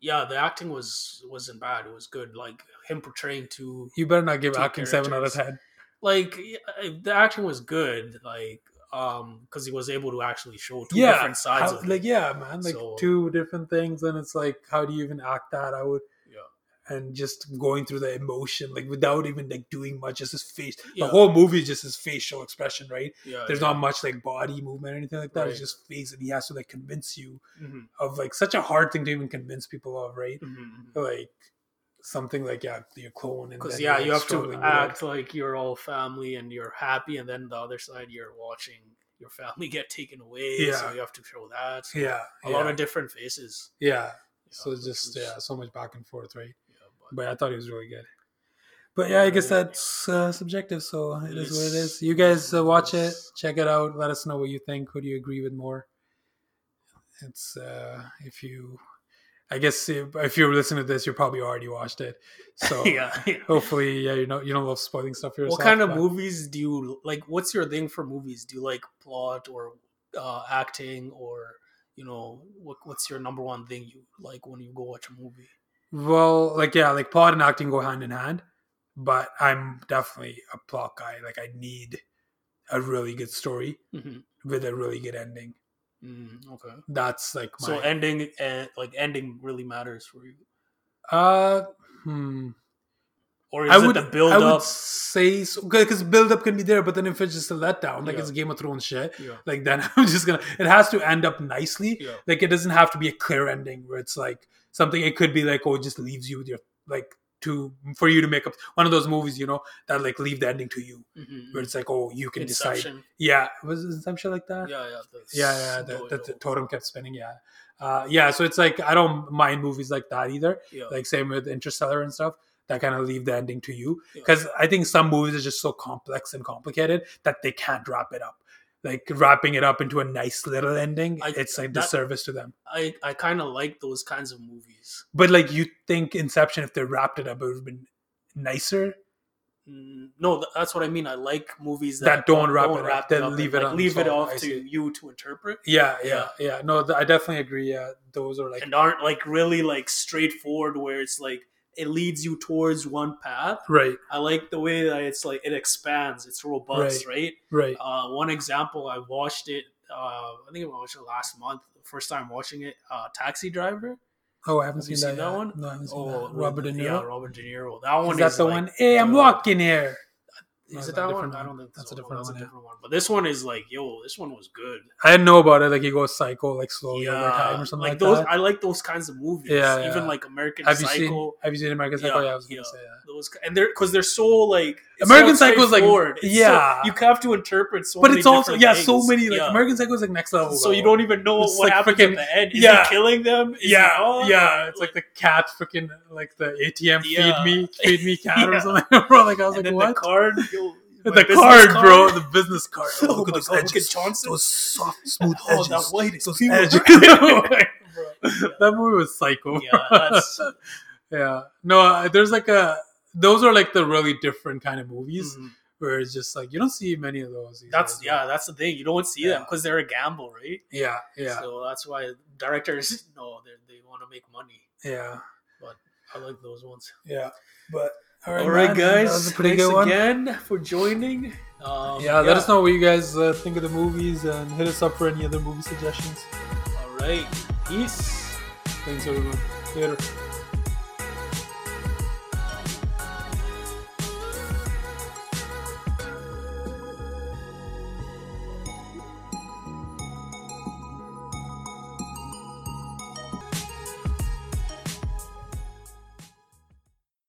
C: yeah, the acting was wasn't bad. It was good. Like him portraying two,
B: You better not give
C: Two
B: acting seven out of ten.
C: like yeah, the acting was good. Like um, because he was able to actually show two
B: Yeah,
C: different sides
B: How-
C: of
B: like
C: like
B: yeah, man, like
C: So-
B: two different things, and it's like, how do you even act that out? and just going through the emotion, like without even like doing much, just his face.
C: Yeah.
B: The whole movie is just his facial expression, right?
C: yeah, yeah.
B: There's not much like body movement or anything like that. It's
C: Right.
B: just face, and he has to like convince you
C: Mhm,
B: of like such a hard thing to even convince people of, right?
C: mhm, mhm.
B: Like something like yeah, your clone, and
C: Because
B: then
C: yeah,
B: you're,
C: you
B: like,
C: have
B: struggling
C: to
B: with, like,
C: act like you're all family and you're happy, and then the other side you're watching your family get taken away.
B: Yeah.
C: So you have to show that.
B: Yeah,
C: A
B: yeah,
C: lot of different faces.
B: yeah.
C: Yeah,
B: So it's
C: which
B: just
C: is-
B: yeah, so much back and forth, right?
C: yeah, but-
B: But I thought he was really good. But yeah, I guess
C: Yeah.
B: that's uh, subjective, so it is what it
C: Yes.
B: is. You guys uh, watch it,
C: Yes.
B: check it out. Let us know what you think. Who do you agree with more? It's uh, if you, I guess if, if you're listening to this, you probably already watched it. So
C: yeah. yeah.
B: hopefully, yeah, you know you don't love spoiling stuff for yourself.
C: What kind of
B: but-
C: movies do you like? What's your thing for movies? Do you like plot or uh, acting or you know what, what's your number one thing you like when you go watch a movie?
B: Well, like yeah, like plot and acting go hand in hand, but I'm definitely a plot guy. Like I need a really good story
C: Mm-hmm.
B: with a really good ending.
C: Mm, okay.
B: That's like my
C: So ending, uh, like ending, really matters for you,
B: Uh, hmm.
C: or is
B: I
C: it
B: would,
C: the build
B: I would
C: up?
B: say so because build up can be there, but then if it's just a letdown, like
C: Yeah.
B: it's Game of Thrones shit,
C: Yeah.
B: like then I'm just gonna. It has to end up nicely.
C: Yeah.
B: Like it doesn't have to be a clear ending where it's like something. It could be like oh, it just leaves you with your like to for you to make up one of those movies, you know, that like leave the ending to you
C: Mhm.
B: where it's like oh, you can decide.
C: Inception.
B: Yeah, was it Inception like that?
C: Yeah, yeah. that's-
B: yeah, yeah. The,
C: no,
B: the,
C: no.
B: the totem kept spinning. Yeah, uh, yeah. So it's like I don't mind movies like that either
C: yeah.
B: like same with interstellar and stuff that kind of leave the ending to you
C: Yeah.
B: because i think some movies are just so complex and complicated that they can't wrap it up like wrapping it up into a nice little ending
C: I-
B: it's like
C: that-
B: disservice to them
C: I I kind of like those kinds of movies.
B: but like you think inception if they wrapped it up it would have been nicer
C: Mm, No, th- that's what I mean. I like movies that,
B: That don't wrap it up,
C: wrap
B: then
C: up and,
B: leave it
C: like,
B: on
C: leave
B: its
C: it
B: own.
C: off
B: I
C: to
B: see.
C: you to interpret,
B: yeah yeah yeah, no th- i definitely agree yeah those are like
C: and aren't like really like straightforward, where it's like it leads you towards one path.
B: right
C: I like the way that it's like it expands, it's robust, right?
B: right
C: Uh, one example, I watched it. Uh, I think I watched it last month. First time watching it, uh, Taxi Driver.
B: oh i haven't
C: have you
B: seen,
C: seen
B: that,
C: that
B: yet.
C: one?
B: no i haven't seen
C: Oh,
B: that robert de niro
C: Yeah, Robert De Niro. That one
B: is
C: is,
B: that the
C: like-
B: one hey i'm
C: uh,
B: walking here No,
C: Is
B: is
C: it
B: that a
C: that
B: different
C: one? I
B: one?
C: don't think
B: That's a
C: so. No,
B: different
C: that's
B: one, yeah.
C: a different one. But this one is like, yo, this one was good.
B: i didn't know about it like he goes psycho like slowly over time or something like,
C: those.
B: that
C: I like those kinds of movies.
B: Yeah,
C: even
B: yeah.
C: like American
B: Have you
C: Psycho.
B: seen Have you seen American Psycho? Yeah,
C: Yeah,
B: I was
C: yeah.
B: gonna say that.
C: Those and they're because they're so like it's
B: American
C: so
B: Psycho's, like,
C: straightforward. It's so-
B: yeah.
C: you have to interpret so.
B: But
C: many
B: it's also
C: different
B: yeah, so
C: things.
B: many like
C: Yeah.
B: American Psycho is like next level.
C: So you
B: though.
C: don't even know
B: It's
C: what
B: like
C: happens
B: freaking-
C: at the end. Is
B: yeah.
C: he killing them? Is he
B: yeah,
C: not?
B: yeah, it's like the cat freaking like the ATM
C: Yeah.
B: feed me, feed me cat or
C: Yeah.
B: something, bro. Like I was like,
C: And then the
B: what?
C: card. Yo,
B: The,
C: my
B: card,
C: business
B: bro, the business card.
C: Oh,
B: Oh, look
C: my
B: at those
C: God, look
B: edges,
C: at Johnson.
B: those soft, smooth
C: Oh,
B: edges.
C: that white is
B: those
C: pure.
B: edges. that movie was psycho.
C: Yeah, that's-
B: yeah. No, uh, there's like a. Those are like the really different kind of movies
C: Mhm.
B: where it's just like you don't see many of those. these
C: That's
B: days,
C: yeah, that's the thing. You don't see
B: Yeah.
C: them because they're a gamble, right?
B: Yeah, yeah,
C: So that's why directors no, they they want to make money.
B: yeah.
C: But I like those ones.
B: Yeah, but all
C: All right,
B: man,
C: guys.
B: that was a pretty
C: thanks
B: good one.
C: again for joining. Um,
B: yeah, let us know what you guys uh, think of the movies and hit us up for any other movie suggestions.
C: All right. Peace.
B: Thanks everyone. Later.